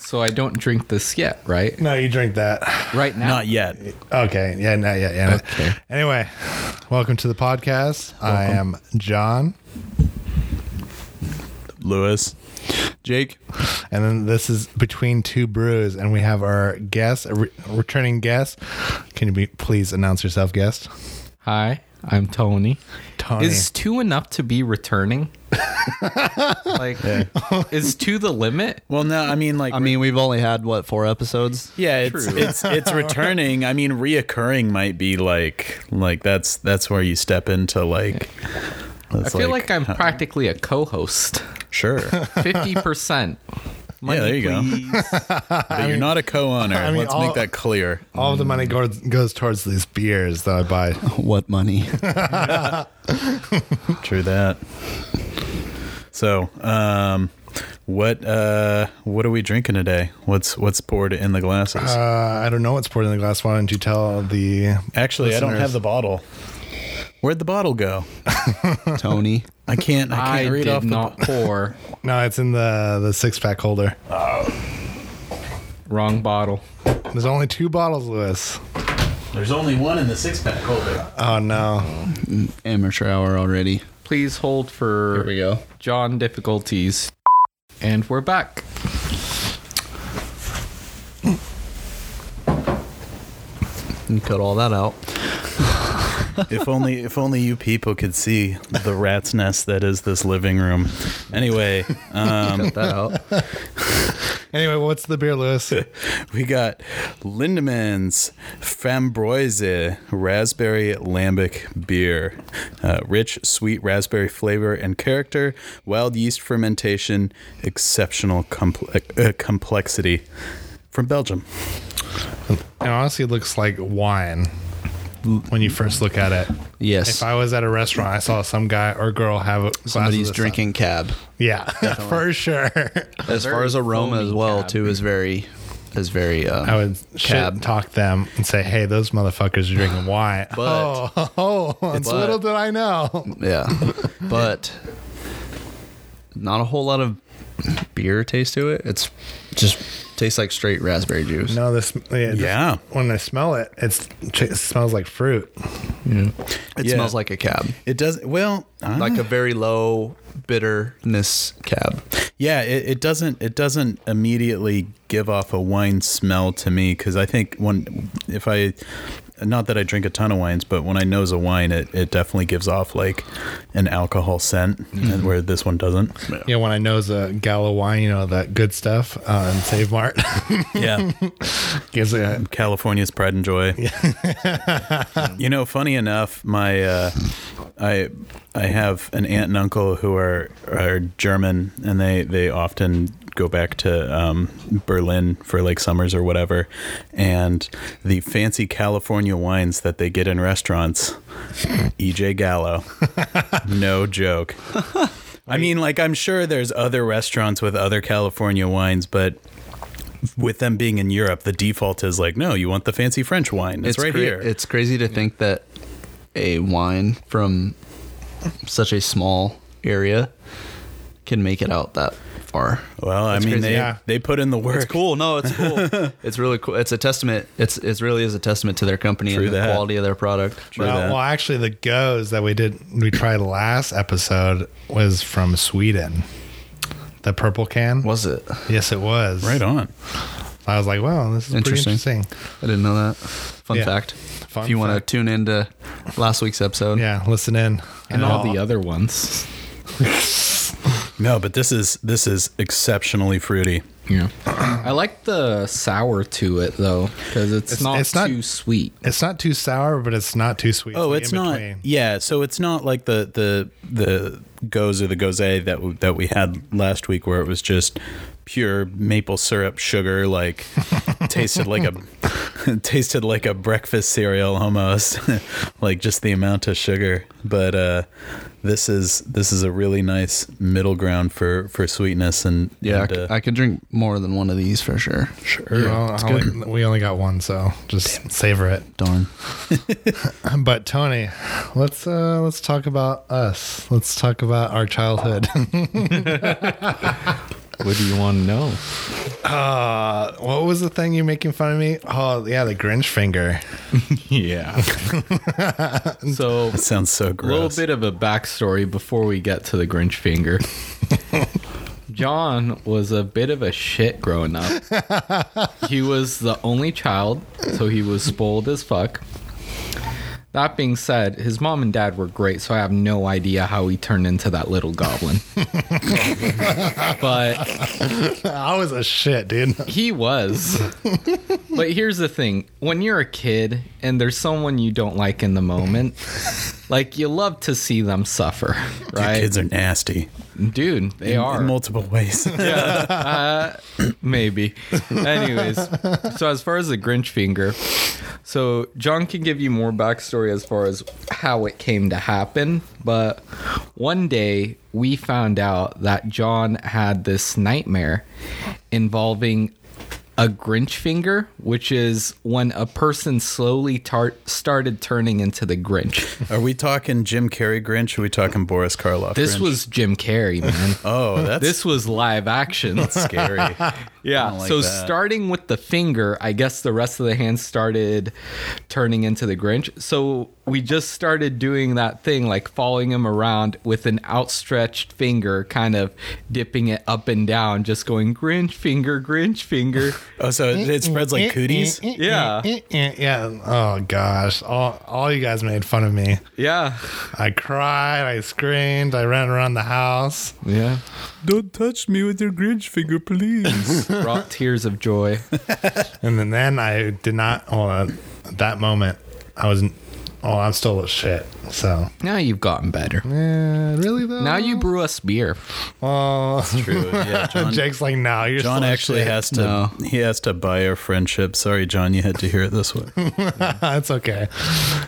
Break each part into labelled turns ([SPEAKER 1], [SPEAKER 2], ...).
[SPEAKER 1] So I don't drink this yet, right?
[SPEAKER 2] No, you drink that.
[SPEAKER 1] Right now.
[SPEAKER 3] Not yet.
[SPEAKER 2] Okay. Yeah, not yet. Yeah.
[SPEAKER 1] Okay.
[SPEAKER 2] Anyway, welcome to the podcast. I am John.
[SPEAKER 3] Lewis. Jake.
[SPEAKER 2] And then this is between two brews, and we have our guest, a re- returning guest. Can you be, please announce yourself, guest?
[SPEAKER 1] Hi, I'm Tony.
[SPEAKER 2] Tony.
[SPEAKER 1] Is two enough to be returning? like, is two the limit?
[SPEAKER 3] Well, no, I mean like
[SPEAKER 4] I mean, we've only had what four episodes?
[SPEAKER 3] yeah, it's
[SPEAKER 1] True.
[SPEAKER 3] it's it's returning. I mean, reoccurring might be like like that's that's where you step into like.
[SPEAKER 1] I feel like, I'm practically a co-host.
[SPEAKER 3] sure.
[SPEAKER 1] Fifty percent.
[SPEAKER 3] yeah, there you go. But you're not a co-owner.
[SPEAKER 2] mean,
[SPEAKER 3] Let's
[SPEAKER 2] all-
[SPEAKER 3] make that clear.
[SPEAKER 2] All the money goes, goes towards these beers that I buy.
[SPEAKER 4] What money?
[SPEAKER 3] True that. So, um, what uh, what are we drinking today? What's what's poured in the glasses?
[SPEAKER 2] Uh, I don't know what's poured in the glass. Why don't you tell the?
[SPEAKER 3] Actually, I don't
[SPEAKER 2] listeners.
[SPEAKER 3] have the bottle. Where'd the bottle go?
[SPEAKER 4] Tony.
[SPEAKER 3] I can't. I
[SPEAKER 1] I
[SPEAKER 3] can't read off
[SPEAKER 1] did
[SPEAKER 3] the.
[SPEAKER 1] not pour.
[SPEAKER 2] No, it's in the the six pack holder.
[SPEAKER 1] Wrong bottle.
[SPEAKER 2] There's only two bottles, Lewis.
[SPEAKER 3] There's only one in the six pack holder.
[SPEAKER 2] Oh no!
[SPEAKER 4] Amateur hour already.
[SPEAKER 1] Please hold
[SPEAKER 4] Here
[SPEAKER 1] for
[SPEAKER 4] we go.
[SPEAKER 1] John difficulties. And we're back.
[SPEAKER 4] You cut all that out.
[SPEAKER 3] if only, if only you people could see the rat's nest that is this living room. Anyway, um,
[SPEAKER 4] Cut that out.
[SPEAKER 2] Anyway, what's the beer, Lewis?
[SPEAKER 3] we got Lindemans Framboise Raspberry Lambic Beer. Uh, rich, sweet raspberry flavor and character, wild yeast fermentation, exceptional comple- uh, complexity. From Belgium.
[SPEAKER 2] And honestly, it looks like wine when you first look at it.
[SPEAKER 4] Yes.
[SPEAKER 2] If I was at a restaurant, I saw some guy or girl have a glass of
[SPEAKER 4] Somebody's
[SPEAKER 2] this
[SPEAKER 4] drinking cab.
[SPEAKER 2] stuff. Yeah, for sure.
[SPEAKER 4] As far
[SPEAKER 1] very
[SPEAKER 4] as aroma
[SPEAKER 1] foamy
[SPEAKER 4] as well,
[SPEAKER 1] cab.
[SPEAKER 4] too, is very, is very. Um,
[SPEAKER 2] I would
[SPEAKER 4] Cab.
[SPEAKER 2] shit talk them and say, "Hey, those motherfuckers are drinking wine."
[SPEAKER 4] But-
[SPEAKER 2] oh, oh, it's
[SPEAKER 4] But-
[SPEAKER 2] little did I know.
[SPEAKER 4] Yeah, but not a whole lot of beer taste to it. It's just tastes like straight raspberry juice.
[SPEAKER 2] No, this yeah. this-
[SPEAKER 3] Yeah.
[SPEAKER 2] when I smell it, it's it smells like fruit.
[SPEAKER 4] It
[SPEAKER 3] Yeah.
[SPEAKER 4] smells like a cab,
[SPEAKER 3] It does well. I
[SPEAKER 4] like a very low bitterness cab.
[SPEAKER 3] Yeah, it, it doesn't it doesn't immediately give off a wine smell to me because I think when if I not that I drink a ton of wines, but when I nose a wine, it, it definitely gives off like an alcohol scent, and where this one doesn't.
[SPEAKER 2] Yeah, when I nose a gala wine, you know that good stuff uh, in Save Mart
[SPEAKER 3] Yeah,
[SPEAKER 2] gives it. a-
[SPEAKER 3] California's pride and joy. you know, funny enough, my uh, I I have an aunt and uncle who are are German, and they they often go back to um, Berlin for like summers or whatever, and the fancy California wines that they get in restaurants, EJ Gallo, no joke. I mean, like I'm sure there's other restaurants with other California wines, but with them being in Europe, the default is like, no, you want the fancy French wine. It's, right
[SPEAKER 4] cra-
[SPEAKER 3] here.
[SPEAKER 4] It's crazy to think that a wine from such a small area can make it out that far.
[SPEAKER 3] well, I mean,
[SPEAKER 2] crazy.
[SPEAKER 3] they
[SPEAKER 2] Yeah.
[SPEAKER 3] they put in the work.
[SPEAKER 4] It's cool. No, it's cool. it's really cool. It's a testament. It's it really is a testament to their company
[SPEAKER 3] True
[SPEAKER 4] and the
[SPEAKER 3] that.
[SPEAKER 4] quality of their product.
[SPEAKER 3] True
[SPEAKER 2] Uh,
[SPEAKER 3] that.
[SPEAKER 2] well, actually, the goes that we did we tried last episode was from Sweden. The purple can.
[SPEAKER 4] Was it?
[SPEAKER 2] Yes, it was.
[SPEAKER 3] Right on.
[SPEAKER 2] I was like, wow, this is
[SPEAKER 4] Interesting.
[SPEAKER 2] pretty interesting.
[SPEAKER 4] I didn't know that. Fun
[SPEAKER 2] Yeah.
[SPEAKER 4] fact.
[SPEAKER 2] Fun
[SPEAKER 4] if you want to
[SPEAKER 2] fact.
[SPEAKER 4] tune into last week's episode,
[SPEAKER 2] Yeah, listen in.
[SPEAKER 1] And all
[SPEAKER 2] I'll-
[SPEAKER 1] the other ones.
[SPEAKER 3] No, but this is this is exceptionally fruity.
[SPEAKER 1] Yeah. I like the sour to it though, because it's,
[SPEAKER 2] It's-
[SPEAKER 1] not
[SPEAKER 2] it's not-
[SPEAKER 1] too sweet.
[SPEAKER 2] It's not too sour, but it's not too sweet.
[SPEAKER 3] Oh,
[SPEAKER 2] like
[SPEAKER 3] it's
[SPEAKER 2] in
[SPEAKER 3] not.
[SPEAKER 2] between.
[SPEAKER 3] Yeah, so it's not like the the the goes or the goze that w- that we had last week, where it was just pure maple syrup sugar, like tasted like a tasted like a breakfast cereal almost, like just the amount of sugar. But uh, this is this is a really nice middle ground for for sweetness and
[SPEAKER 4] yeah, I
[SPEAKER 3] and,
[SPEAKER 4] c-
[SPEAKER 3] uh,
[SPEAKER 4] I could drink more than one of these for sure.
[SPEAKER 2] Well, I only- we only got one, so just savor it.
[SPEAKER 4] Darn.
[SPEAKER 2] But Tony, let's uh let's talk about us. Let's talk about our childhood.
[SPEAKER 1] What do you want to know?
[SPEAKER 2] Uh, what was the thing you're making fun of me? Oh, yeah, the Grinch finger.
[SPEAKER 1] Yeah. so
[SPEAKER 3] That sounds so
[SPEAKER 1] a little
[SPEAKER 3] gross.
[SPEAKER 1] bit of a backstory before we get to the Grinch finger. John was a bit of a shit growing up. he was the only child, so he was spoiled as fuck. That being said, his mom and dad were great, so I have no idea how he turned into that little goblin. but
[SPEAKER 2] I was a shit, dude.
[SPEAKER 1] he was. but here's the thing when you're a kid and there's someone you don't like in the moment, like you love to see them suffer, right?
[SPEAKER 3] Kids are nasty
[SPEAKER 1] Dude, they
[SPEAKER 3] in,
[SPEAKER 1] are.
[SPEAKER 3] in multiple ways.
[SPEAKER 1] Maybe. Anyways, so as far as the Grinch finger, so John can give you more backstory as far as how it came to happen, but one day we found out that John had this nightmare involving a Grinch finger, which is when a person slowly tar- started turning into the Grinch.
[SPEAKER 3] Are we talking Jim Carrey Grinch? Or are we talking Boris Karloff?
[SPEAKER 1] This
[SPEAKER 3] Grinch?
[SPEAKER 1] was Jim Carrey, man.
[SPEAKER 3] oh, that's
[SPEAKER 1] This was live action.
[SPEAKER 3] scary. I
[SPEAKER 1] Yeah.
[SPEAKER 3] don't like
[SPEAKER 1] so
[SPEAKER 3] that.
[SPEAKER 1] starting with the finger, I guess the rest of the hand started turning into the Grinch. So we just started doing that thing, like following him around with an outstretched finger, kind of dipping it up and down, just going Grinch finger, Grinch finger.
[SPEAKER 3] Oh, so it, it spreads
[SPEAKER 2] Eh,
[SPEAKER 3] like cooties.
[SPEAKER 1] Yeah.
[SPEAKER 2] Yeah. Oh, gosh. All, all you guys made fun of me.
[SPEAKER 1] yeah.
[SPEAKER 2] I cried. I screamed. I ran around the house.
[SPEAKER 1] Yeah.
[SPEAKER 3] Don't touch me with your Grinch finger, please.
[SPEAKER 1] Brought tears of joy.
[SPEAKER 2] And then, then I did not, well, at that moment, I was, oh, I'm still a shit. So,
[SPEAKER 1] Now you've gotten better.
[SPEAKER 3] Uh,
[SPEAKER 2] yeah, really, though?
[SPEAKER 1] Now you brew us beer.
[SPEAKER 2] Well,
[SPEAKER 3] True. Yeah, John,
[SPEAKER 2] Jake's like, no, you're
[SPEAKER 3] John
[SPEAKER 2] still a
[SPEAKER 3] actually
[SPEAKER 2] shit."
[SPEAKER 3] has to.
[SPEAKER 4] No.
[SPEAKER 3] He has to buy our friendship. Sorry, John, you had to hear it this way.
[SPEAKER 2] That's okay.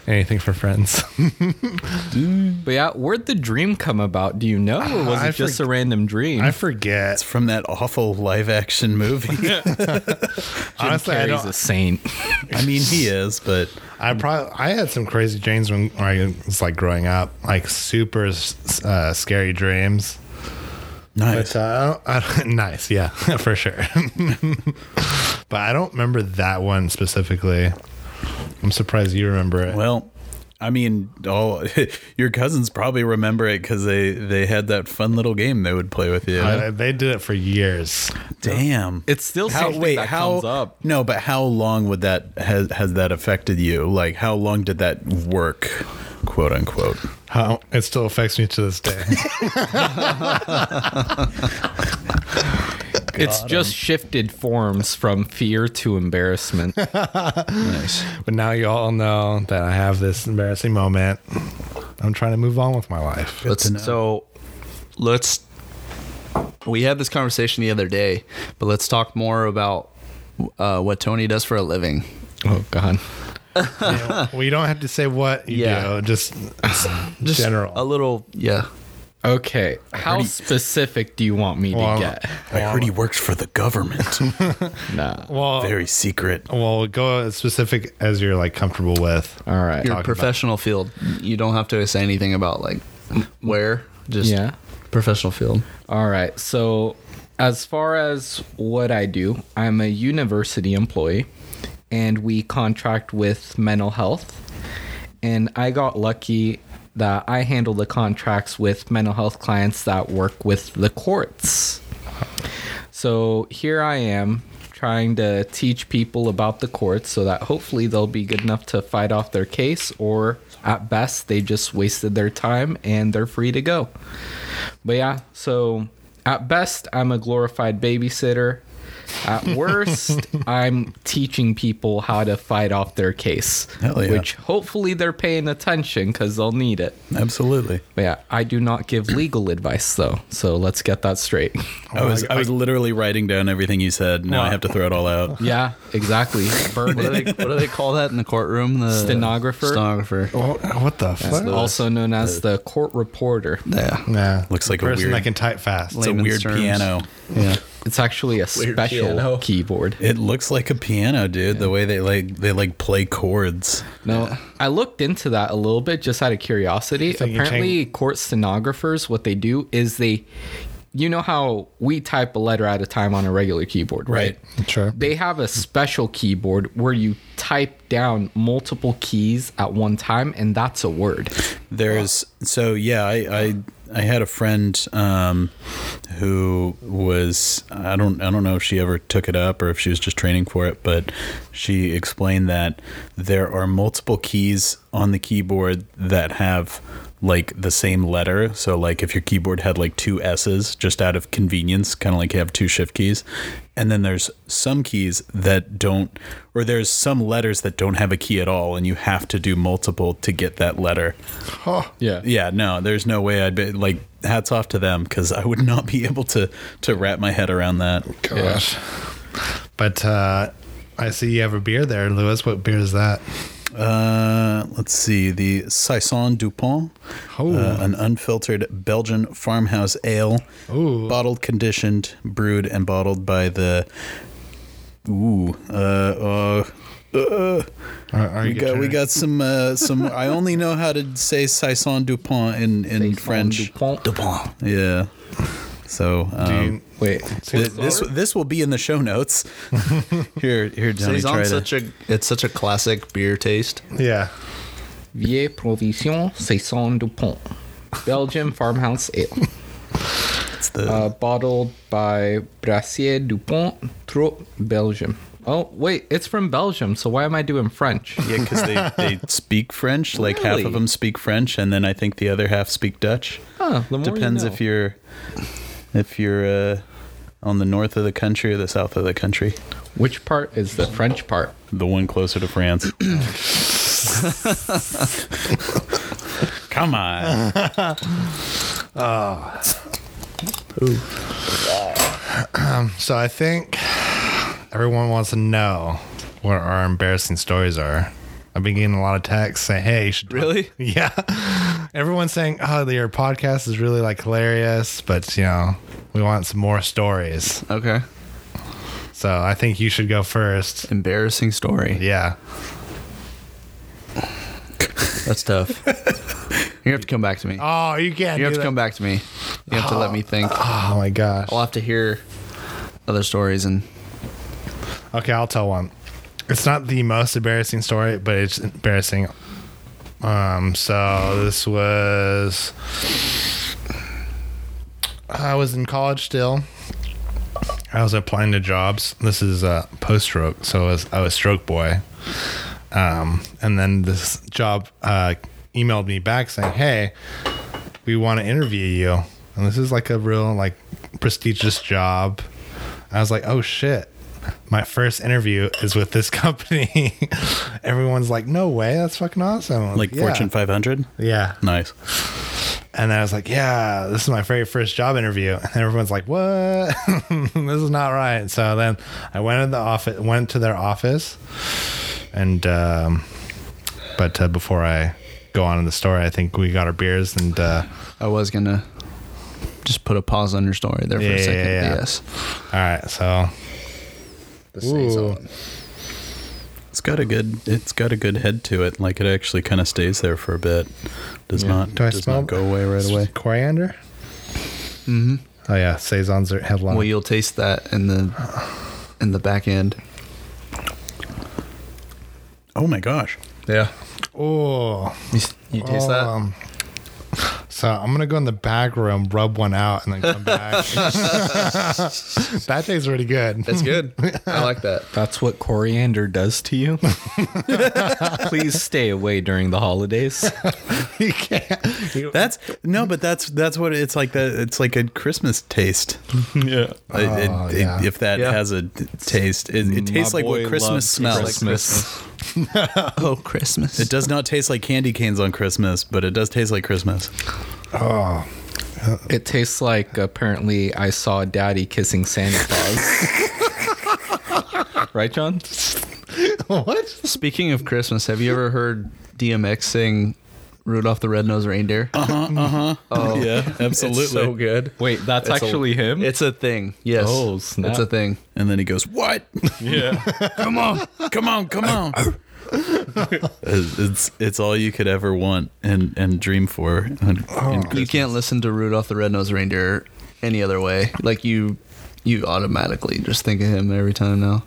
[SPEAKER 2] Anything for friends.
[SPEAKER 1] But yeah, where'd the dream come about? Do you know? Or was
[SPEAKER 2] I
[SPEAKER 1] it just
[SPEAKER 2] forg-
[SPEAKER 1] a random dream?
[SPEAKER 2] I forget.
[SPEAKER 3] From that awful live action movie.
[SPEAKER 2] Honestly, I
[SPEAKER 1] Carrey's
[SPEAKER 2] don't.
[SPEAKER 1] a saint.
[SPEAKER 3] I mean, he is, but
[SPEAKER 2] I probably I had some crazy dreams when, when I was like growing up, like super uh, scary dreams.
[SPEAKER 3] nice.
[SPEAKER 2] But uh, I don't, I don't- nice, yeah, for sure. but I don't remember that one specifically. I'm surprised you remember it.
[SPEAKER 3] Well, I mean, all your cousins probably remember it because they they had that fun little game they would play with you.
[SPEAKER 2] I- they did it for years.
[SPEAKER 3] Damn.
[SPEAKER 1] It's still
[SPEAKER 3] how
[SPEAKER 1] something
[SPEAKER 3] wait
[SPEAKER 1] that
[SPEAKER 3] how
[SPEAKER 1] comes up.
[SPEAKER 3] no but how long would that has has that affected you like how long did that work quote unquote
[SPEAKER 2] How it still affects me to this day.
[SPEAKER 1] It's just shifted forms from fear to embarrassment.
[SPEAKER 3] nice
[SPEAKER 2] but now you all know that I have this embarrassing moment. I'm trying to move on with my life.
[SPEAKER 4] Let's, so let's. We had this conversation the other day, but let's talk more about uh, what Tony does for a living.
[SPEAKER 1] oh God.
[SPEAKER 2] well, you don't have to say what you
[SPEAKER 4] Yeah.
[SPEAKER 2] do, just,
[SPEAKER 4] Just
[SPEAKER 2] general.
[SPEAKER 4] A little, yeah.
[SPEAKER 1] Okay. How specific do you want me
[SPEAKER 2] Well,
[SPEAKER 1] to get?
[SPEAKER 3] i heard he worked for the government
[SPEAKER 1] Nah.
[SPEAKER 2] well,
[SPEAKER 3] very secret
[SPEAKER 2] well, go as specific as you're like comfortable with.
[SPEAKER 1] All right.
[SPEAKER 4] Your
[SPEAKER 2] about-
[SPEAKER 4] professional field. You don't have to say anything about like where. Just
[SPEAKER 1] Yeah.
[SPEAKER 4] professional field.
[SPEAKER 1] All right. So, as far as what I do, I'm a university employee and we contract with mental health. And I got lucky that I handle the contracts with mental health clients that work with the courts. So, here I am trying to teach people about the courts so that hopefully they'll be good enough to fight off their case or at best they just wasted their time and they're free to go. But yeah, so at best, I'm a glorified babysitter. At worst, I'm teaching people how to fight off their case,
[SPEAKER 3] Hell yeah.
[SPEAKER 1] which hopefully they're paying attention because they'll need it.
[SPEAKER 3] absolutely
[SPEAKER 1] But yeah, I do not give legal advice though, so let's get that straight.
[SPEAKER 3] i was i was literally writing down everything you said now i have to throw it all out
[SPEAKER 1] Yeah, exactly. Burn
[SPEAKER 4] What do they,
[SPEAKER 1] it.
[SPEAKER 4] what do they call that in the courtroom? The
[SPEAKER 1] Stenographer?
[SPEAKER 4] Stenographer.
[SPEAKER 2] Oh, what the fuck?
[SPEAKER 1] Also known as the court reporter.
[SPEAKER 4] Yeah.
[SPEAKER 2] Nah.
[SPEAKER 3] Looks like a
[SPEAKER 2] person
[SPEAKER 3] weird-
[SPEAKER 2] that can type fast.
[SPEAKER 3] it's a
[SPEAKER 4] Layman's
[SPEAKER 3] weird
[SPEAKER 4] terms.
[SPEAKER 3] piano
[SPEAKER 4] Yeah.
[SPEAKER 1] It's actually a
[SPEAKER 4] Weird
[SPEAKER 1] special
[SPEAKER 4] piano.
[SPEAKER 1] keyboard.
[SPEAKER 3] it looks like a piano dude the way they like they like play chords
[SPEAKER 1] No, I looked into that a little bit just out of curiosity.
[SPEAKER 2] like you
[SPEAKER 1] Apparently, court stenographers, what they do is they you know how we type a letter at a time on a regular keyboard, right?
[SPEAKER 2] Sure.
[SPEAKER 1] They have a special keyboard where you type down multiple keys at one time, and that's a word.
[SPEAKER 3] There's so yeah, I I, I had a friend um, who was I don't I don't know if she ever took it up or if she was just training for it, but she explained that there are multiple keys on the keyboard that have like the same letter. So like if your keyboard had like two S's just out of convenience, kind of like you have two shift keys. And then there's some keys that don't or there's some letters that don't have a key at all and you have to do multiple to get that letter.
[SPEAKER 1] Yeah.
[SPEAKER 3] Yeah, no, there's no way I'd be like hats off to them cuz I would not be able to to wrap my head around that.
[SPEAKER 2] Gosh. But uh, I see you have a beer there, Lewis. What beer is that?
[SPEAKER 3] Uh, let's see the Saison Dupont,
[SPEAKER 2] Oh.
[SPEAKER 3] uh, an unfiltered Belgian farmhouse ale,
[SPEAKER 2] Ooh.
[SPEAKER 3] bottled, conditioned, brewed, and bottled by the. Ooh, uh, uh, uh,
[SPEAKER 2] Are, are
[SPEAKER 3] we
[SPEAKER 2] you
[SPEAKER 3] got we
[SPEAKER 2] trying-
[SPEAKER 3] got some uh, some. I only know how to say Saison Dupont in in French.
[SPEAKER 1] Dupont.
[SPEAKER 4] Dupont.
[SPEAKER 3] Yeah. So
[SPEAKER 2] Do you-
[SPEAKER 3] um,
[SPEAKER 1] Wait.
[SPEAKER 3] thi- this this will be in the show notes. here here, Johnny, try
[SPEAKER 4] Saison
[SPEAKER 3] to.
[SPEAKER 4] such a it's such a classic beer taste.
[SPEAKER 2] yeah.
[SPEAKER 1] Vieille Provision Saison Dupont. Belgium farmhouse ale.
[SPEAKER 3] it's the-
[SPEAKER 1] Uh, bottled by Brassier Dupont, Trop, Belgium. Oh, wait, it's from Belgium, so why am I doing French?
[SPEAKER 3] Yeah, because they, they speak French. Like half
[SPEAKER 1] Really?
[SPEAKER 3] of them speak French, and then I think the other half speak Dutch.
[SPEAKER 1] Huh, the more you
[SPEAKER 3] Depends
[SPEAKER 1] know.
[SPEAKER 3] if you're if you're uh, on the north of the country or the south of the country.
[SPEAKER 1] Which part is the French part?
[SPEAKER 3] The one closer to France. Come on.
[SPEAKER 2] So I think everyone wants to know what our embarrassing stories are. I've been getting a lot of texts saying, "Hey, you should
[SPEAKER 4] Really?
[SPEAKER 2] yeah." Everyone's saying, "Oh, your podcast is really like hilarious," but you know, we want some more stories.
[SPEAKER 4] Okay.
[SPEAKER 2] So I think you should go first.
[SPEAKER 4] Embarrassing story.
[SPEAKER 2] Yeah.
[SPEAKER 4] That's tough. You're gonna have to come back to me.
[SPEAKER 2] Oh, you can't.
[SPEAKER 4] You have
[SPEAKER 2] do
[SPEAKER 4] to
[SPEAKER 2] that.
[SPEAKER 4] come back to me. You have to let me think.
[SPEAKER 2] Oh my gosh.
[SPEAKER 4] I'll have to hear other stories and
[SPEAKER 2] Okay, I'll tell one. It's not the most embarrassing story, but it's embarrassing. Um, so this was I was in college still. I was applying to jobs. This is uh, post stroke, so I was, I was stroke boy. Um, and then this job uh, emailed me back saying, "Hey, we want to interview you." And this is like a real like prestigious job. I was like, "Oh shit." My first interview is with this company. Everyone's like, "No way, that's fucking awesome!" I was
[SPEAKER 3] Like
[SPEAKER 2] "Yeah."
[SPEAKER 3] Fortune 500.
[SPEAKER 2] Yeah,
[SPEAKER 3] Nice.
[SPEAKER 2] and I was like, yeah, this is my very first job interview. And everyone's like, what? this is not right. So then I went in the office, went to their office. And, um, but uh, before I go on in the story, I think we got our beers and, uh,
[SPEAKER 4] I was gonna just put a pause on your story there for
[SPEAKER 2] Yeah,
[SPEAKER 4] a
[SPEAKER 2] yeah,
[SPEAKER 4] second.
[SPEAKER 2] yeah.
[SPEAKER 4] Yes.
[SPEAKER 2] all right. So, Ooh.
[SPEAKER 3] It's got a good it's got a good head to it. Like it actually kind of stays there for a bit. Does not
[SPEAKER 2] do I
[SPEAKER 3] does
[SPEAKER 2] smell
[SPEAKER 3] not go away right away.
[SPEAKER 2] coriander? Mm-hmm. Oh, yeah. Saisons are headline.
[SPEAKER 4] Well, you'll taste that in the in the back end.
[SPEAKER 3] Oh my gosh.
[SPEAKER 4] Yeah.
[SPEAKER 2] oh,
[SPEAKER 4] You, s- you taste that?
[SPEAKER 2] um, so I'm gonna go in the back room, rub one out, and then come back. that tastes really good.
[SPEAKER 4] That's good. I like that.
[SPEAKER 1] That's what coriander does to you. Please stay away during the holidays.
[SPEAKER 2] you can't. you-
[SPEAKER 3] That's no, but that's that's what it's like. That it's like a Christmas taste. Yeah,
[SPEAKER 2] Oh, yeah.
[SPEAKER 3] if that
[SPEAKER 4] Yeah.
[SPEAKER 3] has a t- taste, it, it tastes
[SPEAKER 1] My
[SPEAKER 3] like
[SPEAKER 1] boy
[SPEAKER 3] what Christmas
[SPEAKER 1] loves
[SPEAKER 3] smells.
[SPEAKER 1] Christmas.
[SPEAKER 4] Oh, Christmas.
[SPEAKER 3] It does not taste like candy canes on Christmas, but it does taste like Christmas.
[SPEAKER 2] Oh,
[SPEAKER 1] It tastes like apparently I saw Daddy kissing Santa Claus. right, John?
[SPEAKER 2] what?
[SPEAKER 4] Speaking of Christmas, have you ever heard DMX sing Rudolph the Red-Nosed Reindeer?
[SPEAKER 3] Oh, yeah, absolutely.
[SPEAKER 4] It's so good.
[SPEAKER 1] Wait, that's
[SPEAKER 4] It's a-
[SPEAKER 1] actually him.
[SPEAKER 4] It's a thing. Yes.
[SPEAKER 1] Oh, snap.
[SPEAKER 4] It's a thing.
[SPEAKER 3] and then he goes, "What?
[SPEAKER 1] yeah.
[SPEAKER 3] Come on, come on, come on!" it's it's- it's all you could ever want and and dream for. on- in
[SPEAKER 4] You
[SPEAKER 3] Christmas.
[SPEAKER 4] can't listen to Rudolph the Red-Nosed Reindeer any other way. Like you, you automatically just think of him every time now.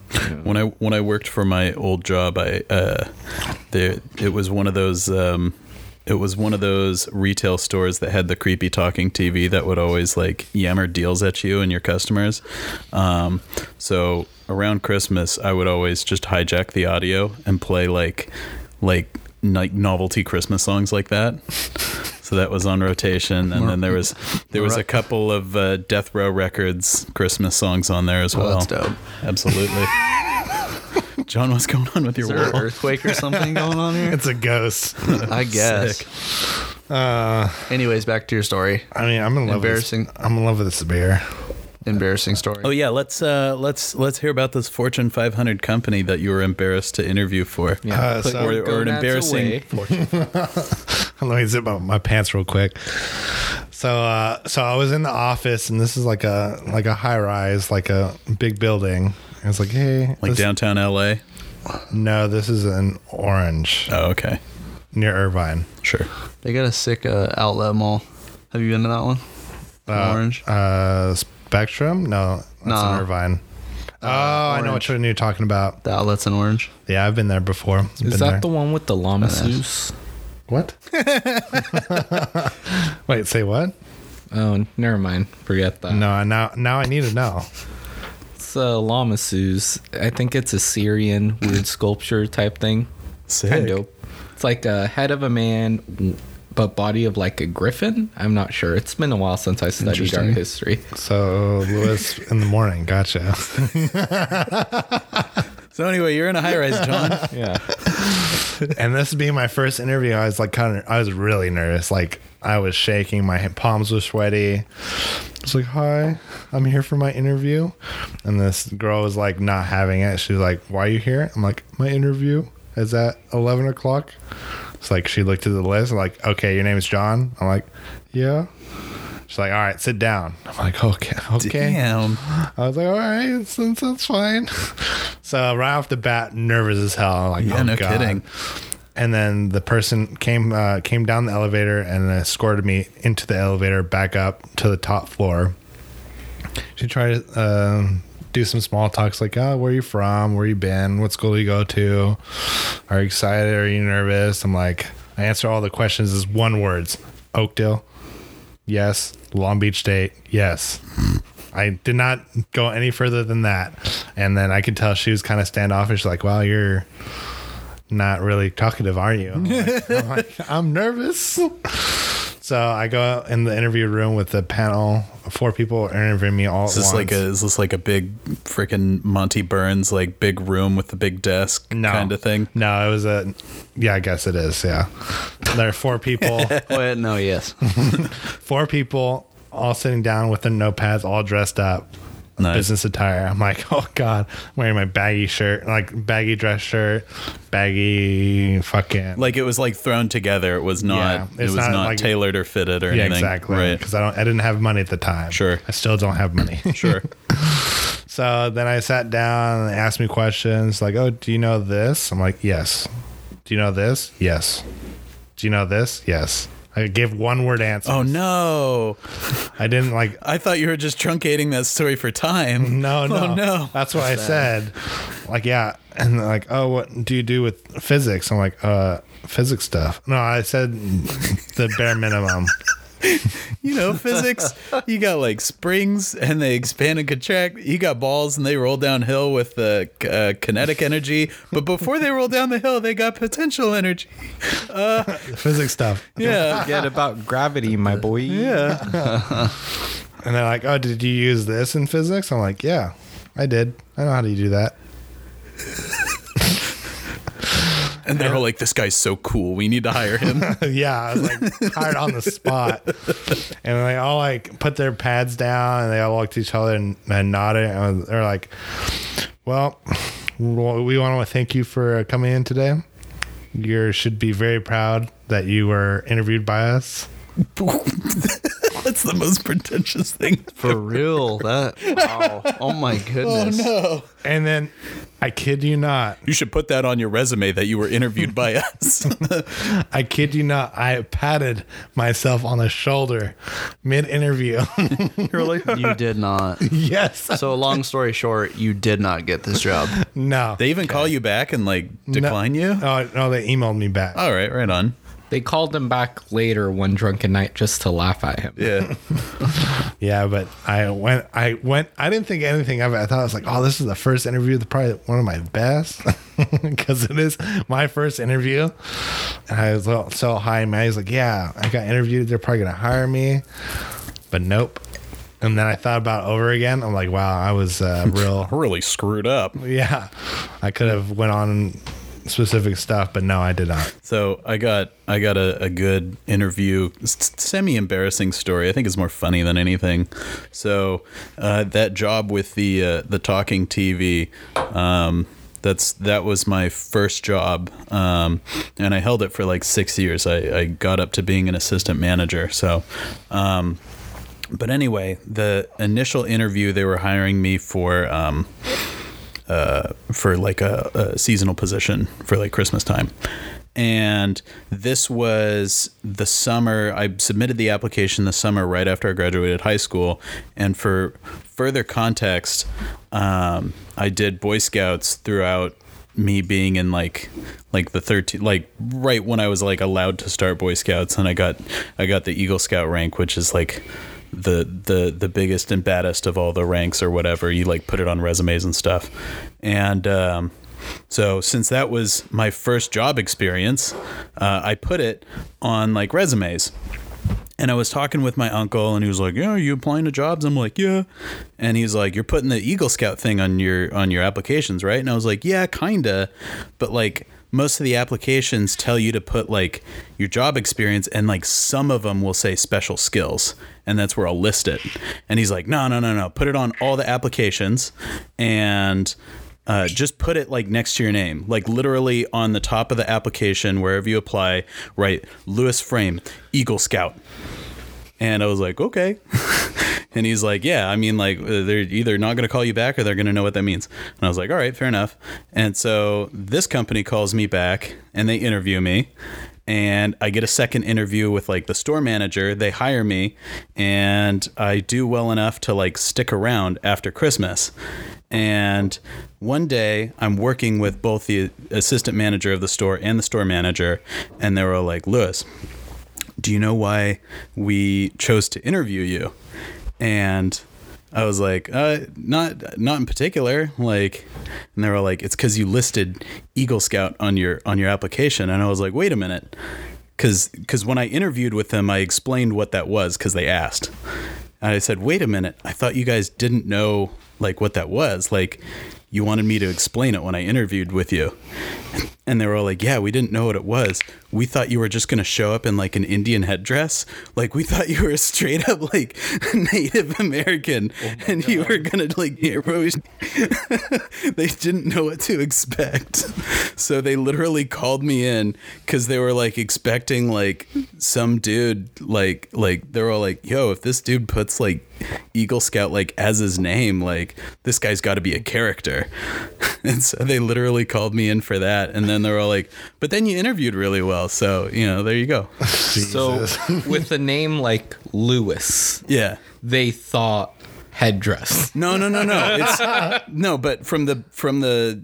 [SPEAKER 3] When I when I worked for my old job, I uh, there it was one of those um, it was one of those retail stores that had the creepy talking TV that would always like yammer deals at you and your customers. Um, so around Christmas, I would always just hijack the audio and play like like like novelty Christmas songs like that. So that was on rotation, and then there was there was a couple of uh, Death Row Records Christmas songs on there as well.
[SPEAKER 4] Oh, that's dope.
[SPEAKER 3] Absolutely. John, what's going on with your
[SPEAKER 4] Is there an
[SPEAKER 3] wall?
[SPEAKER 4] earthquake or something going on here?
[SPEAKER 2] It's a ghost.
[SPEAKER 4] I guess.
[SPEAKER 3] Sick.
[SPEAKER 4] Anyways, back to your story.
[SPEAKER 2] I mean, I'm in love.
[SPEAKER 4] Embarrassing.
[SPEAKER 2] With this, I'm in love with this beer.
[SPEAKER 4] Embarrassing story.
[SPEAKER 3] Oh yeah, let's uh, let's let's hear about this Fortune 500 company that you were embarrassed to interview for.
[SPEAKER 1] Yeah.
[SPEAKER 2] Uh,
[SPEAKER 1] put
[SPEAKER 2] so-
[SPEAKER 1] your
[SPEAKER 3] Or- or an
[SPEAKER 1] gonads
[SPEAKER 3] embarrassing-
[SPEAKER 1] away.
[SPEAKER 2] Let me zip up my pants real quick. So, uh, so I was in the office, and this is like a like a high rise, like a big building. I was like, hey,
[SPEAKER 3] Like
[SPEAKER 2] this-
[SPEAKER 3] downtown LA.
[SPEAKER 2] No, this is in Orange
[SPEAKER 3] Oh okay,
[SPEAKER 2] near Irvine.
[SPEAKER 3] sure.
[SPEAKER 4] They got a sick uh, outlet mall. Have you been to that one?
[SPEAKER 2] Uh,
[SPEAKER 4] Orange.
[SPEAKER 2] Uh, Spectrum? No, that's
[SPEAKER 4] No.
[SPEAKER 2] in Irvine. Oh, I know
[SPEAKER 4] Uh, Orange.
[SPEAKER 2] which one you're talking about.
[SPEAKER 4] The outlet's in Orange.
[SPEAKER 2] Yeah, I've been there before.
[SPEAKER 1] Is that the one with the llama Zeus?
[SPEAKER 2] what? Wait, say what?
[SPEAKER 1] Oh, never mind. Forget
[SPEAKER 4] Uh.
[SPEAKER 1] that.
[SPEAKER 2] No, I- now now I need to know.
[SPEAKER 1] It's uh, llama Zeus. I think it's a Syrian weird sculpture type thing. Kind of dope. It's like a head of a man, but body of like a griffin. I'm not sure. It's been a while since I studied art
[SPEAKER 4] Interesting.
[SPEAKER 1] history.
[SPEAKER 2] So Lewis in the morning, gotcha.
[SPEAKER 3] So anyway, you're in a high rise, John.
[SPEAKER 1] Yeah.
[SPEAKER 2] and this being my first interview, I was like kind of, I was really nervous. Like I was shaking, my hand- palms were sweaty. I was like, "Hi, I'm here for my interview," and this girl was like not having it. She was like, "Why are you here?" I'm like, "My interview is at eleven o'clock." It's like she looked at the list, like, "Okay, your name's John." I'm like, "Yeah." She's like, "All right, sit down." I'm like, "Okay, okay."
[SPEAKER 3] Damn.
[SPEAKER 2] I was like, "All right, that's, that's fine." so right off the bat, nervous as hell. I'm like,
[SPEAKER 3] Yeah,
[SPEAKER 2] "Oh
[SPEAKER 3] no
[SPEAKER 2] God."
[SPEAKER 3] kidding.
[SPEAKER 2] And then the person came uh, came down the elevator and escorted me into the elevator back up to the top floor. She tried to uh, do some small talks like, "Oh, where you from? Where you been? What school do you go to? Are you excited? Are you nervous?" I'm like, I answer all the questions as one words: Oakdale. Yes. Long Beach State. Yes. I did not go any further than that. And then I could tell she was kind of standoffish, like, wow, you're not really talkative, are you? I'm, like, I'm, like, "I'm nervous. So I go out in the interview room with the panel. Four people are interviewing me all
[SPEAKER 3] Is
[SPEAKER 2] at
[SPEAKER 3] this
[SPEAKER 2] once.
[SPEAKER 3] like a is this like a big freaking Monty Burns like big room with the big desk
[SPEAKER 2] no.
[SPEAKER 3] kind of thing?
[SPEAKER 2] No, it was a. Yeah, I guess it is. Yeah. There are four people.
[SPEAKER 3] Oh,
[SPEAKER 4] Wait, no, yes.
[SPEAKER 2] four people all sitting down with their notepads, all dressed up,
[SPEAKER 3] Nice.
[SPEAKER 2] business attire. I'm like, oh god, I'm wearing my baggy shirt, like baggy dress shirt, baggy fucking
[SPEAKER 3] Like it was like thrown together. It was
[SPEAKER 2] Yeah,
[SPEAKER 3] not. it
[SPEAKER 2] it's
[SPEAKER 3] was
[SPEAKER 2] not
[SPEAKER 3] not,
[SPEAKER 2] like-
[SPEAKER 3] tailored or fitted or
[SPEAKER 2] yeah,
[SPEAKER 3] anything.
[SPEAKER 2] exactly.
[SPEAKER 3] Right.
[SPEAKER 2] Because I don't, I didn't have money at the time.
[SPEAKER 3] Sure.
[SPEAKER 2] I still don't have money.
[SPEAKER 3] Sure.
[SPEAKER 2] so then I sat down and they asked me questions like, oh, do you know this? I'm like, yes. Do you know this? Yes. Do you know this? Yes. I gave one word answer.
[SPEAKER 3] Oh no!
[SPEAKER 2] I didn't like
[SPEAKER 3] I thought you were just truncating that story for time.
[SPEAKER 2] No, no,
[SPEAKER 3] Oh, no.
[SPEAKER 2] That's what I said. Like, yeah, and they're like, oh, what do you do with physics? I'm like, uh, physics stuff. No, I said the bare minimum.
[SPEAKER 3] You know, physics. You got like springs, and they expand and contract. You got balls, and they roll downhill with the uh, kinetic energy. But before they roll down the hill, they got potential energy.
[SPEAKER 2] physics stuff.
[SPEAKER 3] Yeah.
[SPEAKER 1] Forget about gravity, my boy.
[SPEAKER 3] Yeah.
[SPEAKER 2] And they're like, oh, did you use this in physics? I'm like, yeah, I did. I know how to do that.
[SPEAKER 3] And they're all like, "This guy's so cool. We need to hire him."
[SPEAKER 2] yeah, I was like hired on the spot. And they all like put their pads down and they all looked at each other and, and nodded. And they're like, well, well, we want to thank you for coming in today. You should be very proud that you were interviewed by us.
[SPEAKER 3] That's That's the most pretentious thing.
[SPEAKER 4] For real, that wow! Oh my goodness!
[SPEAKER 2] And then I kid you not,
[SPEAKER 3] You should put that on your resume that you were interviewed by us.
[SPEAKER 2] I kid you not, I patted myself on the shoulder mid interview. You're like,
[SPEAKER 4] You did not.
[SPEAKER 2] yes.
[SPEAKER 4] So, long story short, you did not get this job.
[SPEAKER 2] No.
[SPEAKER 3] they even call you back and like
[SPEAKER 2] No.
[SPEAKER 3] decline you.
[SPEAKER 2] Oh, no, they emailed me back.
[SPEAKER 3] All right, right on.
[SPEAKER 1] They called him back later one drunken night just to laugh at him.
[SPEAKER 3] Yeah.
[SPEAKER 2] Yeah, but I went, I went, I didn't think anything of it. I thought I was like, oh, this is the first interview, the- probably one of my best because it is my first interview. And I was all- so high, man. He's like, yeah, I got interviewed. They're probably going to hire me. But nope. And then I thought about it over again. I'm like, wow, I was uh, real.
[SPEAKER 3] really screwed up.
[SPEAKER 2] yeah. I could have went on specific stuff, but no, I did not.
[SPEAKER 3] So I got I got a, a good interview, semi embarrassing story. I think it's more funny than anything. So uh, that job with the uh, the talking TV, um, that's that was my first job, um, and I held it for like six years. I, I got up to being an assistant manager. So. Um, but anyway, the initial interview they were hiring me for um, for like a, a seasonal position for like Christmas time. And this was the summer. I submitted the application the summer right after I graduated high school. And for further context, um, I did Boy Scouts throughout me being in like like the 13 like right when I was like allowed to start Boy Scouts and I got I got the Eagle Scout rank which is like the the the biggest and baddest of all the ranks or whatever you like put it on resumes and stuff and um so since that was my first job experience uh, i put it on like resumes and I was talking with my uncle, and he was like, "Yeah, are you applying to jobs?" I'm like, "Yeah," and he's like, "You're putting the Eagle Scout thing on your on your applications, right?" And I was like, "Yeah, kinda," but like most of the applications tell you to put like your job experience, and like some of them will say special skills, and that's where I'll list it. And he's like, "No, no, no, no, put it on all the applications," and uh, just put it like next to your name, like literally on the top of the application, wherever you apply, write Lewis Frame, Eagle Scout. And I was like, okay. and he's like, yeah, I mean, like, uh, they're either not going to call you back or they're going to know what that means. And I was like, all right, fair enough. And so this company calls me back and they interview me. And I get a second interview with like the store manager. They hire me and I do well enough to like stick around after Christmas. And one day I'm working with both the assistant manager of the store and the store manager. And they were like, Lewis, do you know why we chose to interview you and i was like uh not not in particular like and they were like it's because you listed eagle scout on your on your application and i was like wait a minute because because when i interviewed with them i explained what that was because they asked and i said wait a minute i thought you guys didn't know like what that was like you wanted me to explain it when i interviewed with you and they were all like, "Yeah, we didn't know what it was. We thought you were just gonna show up in like an Indian headdress. Like we thought you were a straight up like Native American, and you were gonna like." yeah, we- they didn't know what to expect, so they literally called me in because they were like expecting like some dude like like they were all like, "Yo, if this dude puts like Eagle Scout like as his name, like this guy's got to be a character." And so they literally called me in for that. And then they were all like, but then you interviewed really well. So, you know, there you go.
[SPEAKER 1] So with a name like Lewis,
[SPEAKER 3] Yeah.
[SPEAKER 1] they thought headdress.
[SPEAKER 3] No, no, no, no. It's no, but from the from the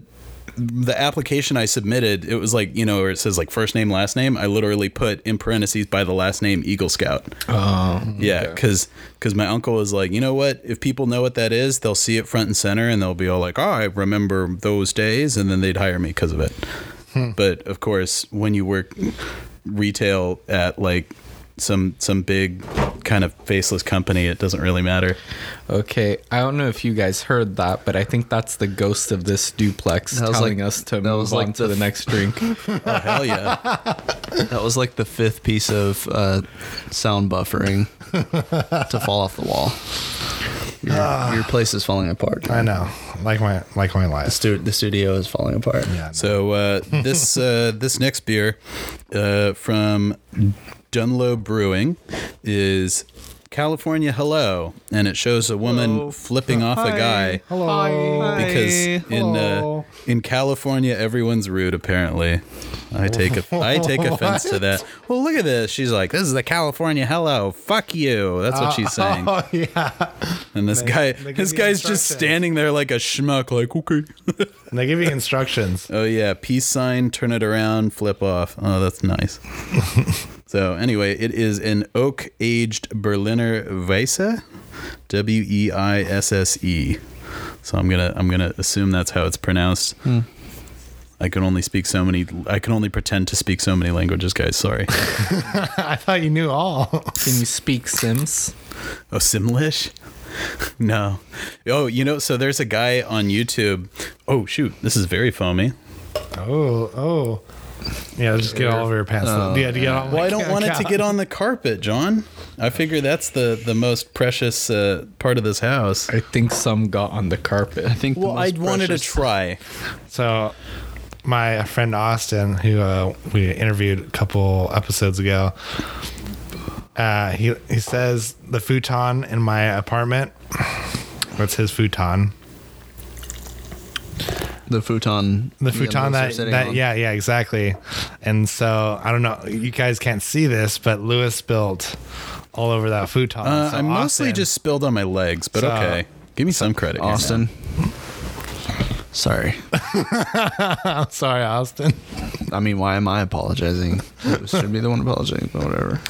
[SPEAKER 3] the application I submitted, it was like, you know, where it says like first name, last name. I literally put in parentheses by the last name Eagle Scout.
[SPEAKER 1] Oh,
[SPEAKER 3] Yeah, because my uncle was like, you know what? If people know what that is, they'll see it front and center, and they'll be all like, oh, I remember those days, and then they'd hire me because of it. But of course, when you work retail at like some some big kind of faceless company, it doesn't really matter.
[SPEAKER 1] okay. I don't know if you guys heard that, but I think that's the ghost of this duplex
[SPEAKER 4] That was
[SPEAKER 1] telling
[SPEAKER 4] like-
[SPEAKER 1] us to
[SPEAKER 4] that
[SPEAKER 1] move
[SPEAKER 4] was
[SPEAKER 1] on
[SPEAKER 4] like
[SPEAKER 1] to
[SPEAKER 4] the-
[SPEAKER 1] the next drink.
[SPEAKER 3] Oh hell yeah!
[SPEAKER 4] That was like the fifth piece of uh, sound buffering to fall off the wall. Your, your place is falling apart.
[SPEAKER 2] I know. Like my, like my
[SPEAKER 4] The,
[SPEAKER 2] life.
[SPEAKER 4] stu- the studio is falling apart.
[SPEAKER 2] Yeah.
[SPEAKER 3] So uh, this uh, this next beer uh, from Dunlow Brewing is. California hello, and it shows a woman
[SPEAKER 4] Hello.
[SPEAKER 3] flipping off a guy
[SPEAKER 2] Hello.
[SPEAKER 3] because in uh,
[SPEAKER 2] Hello.
[SPEAKER 3] in California everyone's rude apparently. I take a, I take offense to that. Well, look at this. She's like, "This is the California hello. Fuck you." That's what she's saying.
[SPEAKER 2] Oh yeah.
[SPEAKER 3] And this guy,
[SPEAKER 2] they give
[SPEAKER 3] this
[SPEAKER 2] you
[SPEAKER 3] guy's just
[SPEAKER 2] instructions.
[SPEAKER 3] standing there like a schmuck, like, okay.
[SPEAKER 2] And they give you instructions.
[SPEAKER 3] oh, yeah, peace sign, turn it around, flip off. Oh, that's nice. so, anyway, it is an oak aged Berliner Weisse, W E I S S E. So I'm gonna I'm gonna assume that's how it's pronounced. I can only speak so many. I can only pretend to speak so many languages, guys. Sorry.
[SPEAKER 2] I thought you knew all.
[SPEAKER 1] Can you speak Sims?
[SPEAKER 3] Oh, Simlish? no. Oh, you know, so there's a guy on YouTube. Oh, shoot. This is very foamy.
[SPEAKER 2] Oh, oh. Yeah, just get all over your pants. yeah, to get all,
[SPEAKER 3] Uh, Well, I don't want it to get on the carpet, John. I figure that's the, the most precious uh, part of this house.
[SPEAKER 1] I think some got on the carpet.
[SPEAKER 4] I think. the
[SPEAKER 3] Well,
[SPEAKER 4] most
[SPEAKER 3] I'd wanted to
[SPEAKER 4] precious-
[SPEAKER 3] try.
[SPEAKER 2] So, my friend Austin, who uh, we interviewed a couple episodes ago, uh, he he says the futon in my apartment. That's his futon.
[SPEAKER 4] the futon.
[SPEAKER 2] The
[SPEAKER 4] me and
[SPEAKER 2] futon
[SPEAKER 4] Liz are
[SPEAKER 2] that,
[SPEAKER 4] sitting
[SPEAKER 2] that
[SPEAKER 4] on.
[SPEAKER 2] yeah yeah exactly, and so I don't know you guys can't see this but Lewis spilled all over that futon.
[SPEAKER 3] Uh,
[SPEAKER 2] So
[SPEAKER 3] I mostly
[SPEAKER 2] Austin-
[SPEAKER 3] just spilled on my legs, but
[SPEAKER 2] So-
[SPEAKER 3] okay. Give me some credit. here, man.
[SPEAKER 4] Austin. Sorry.
[SPEAKER 2] I'm sorry Austin.
[SPEAKER 4] I mean, why am I apologizing? I should be the one apologizing, but whatever.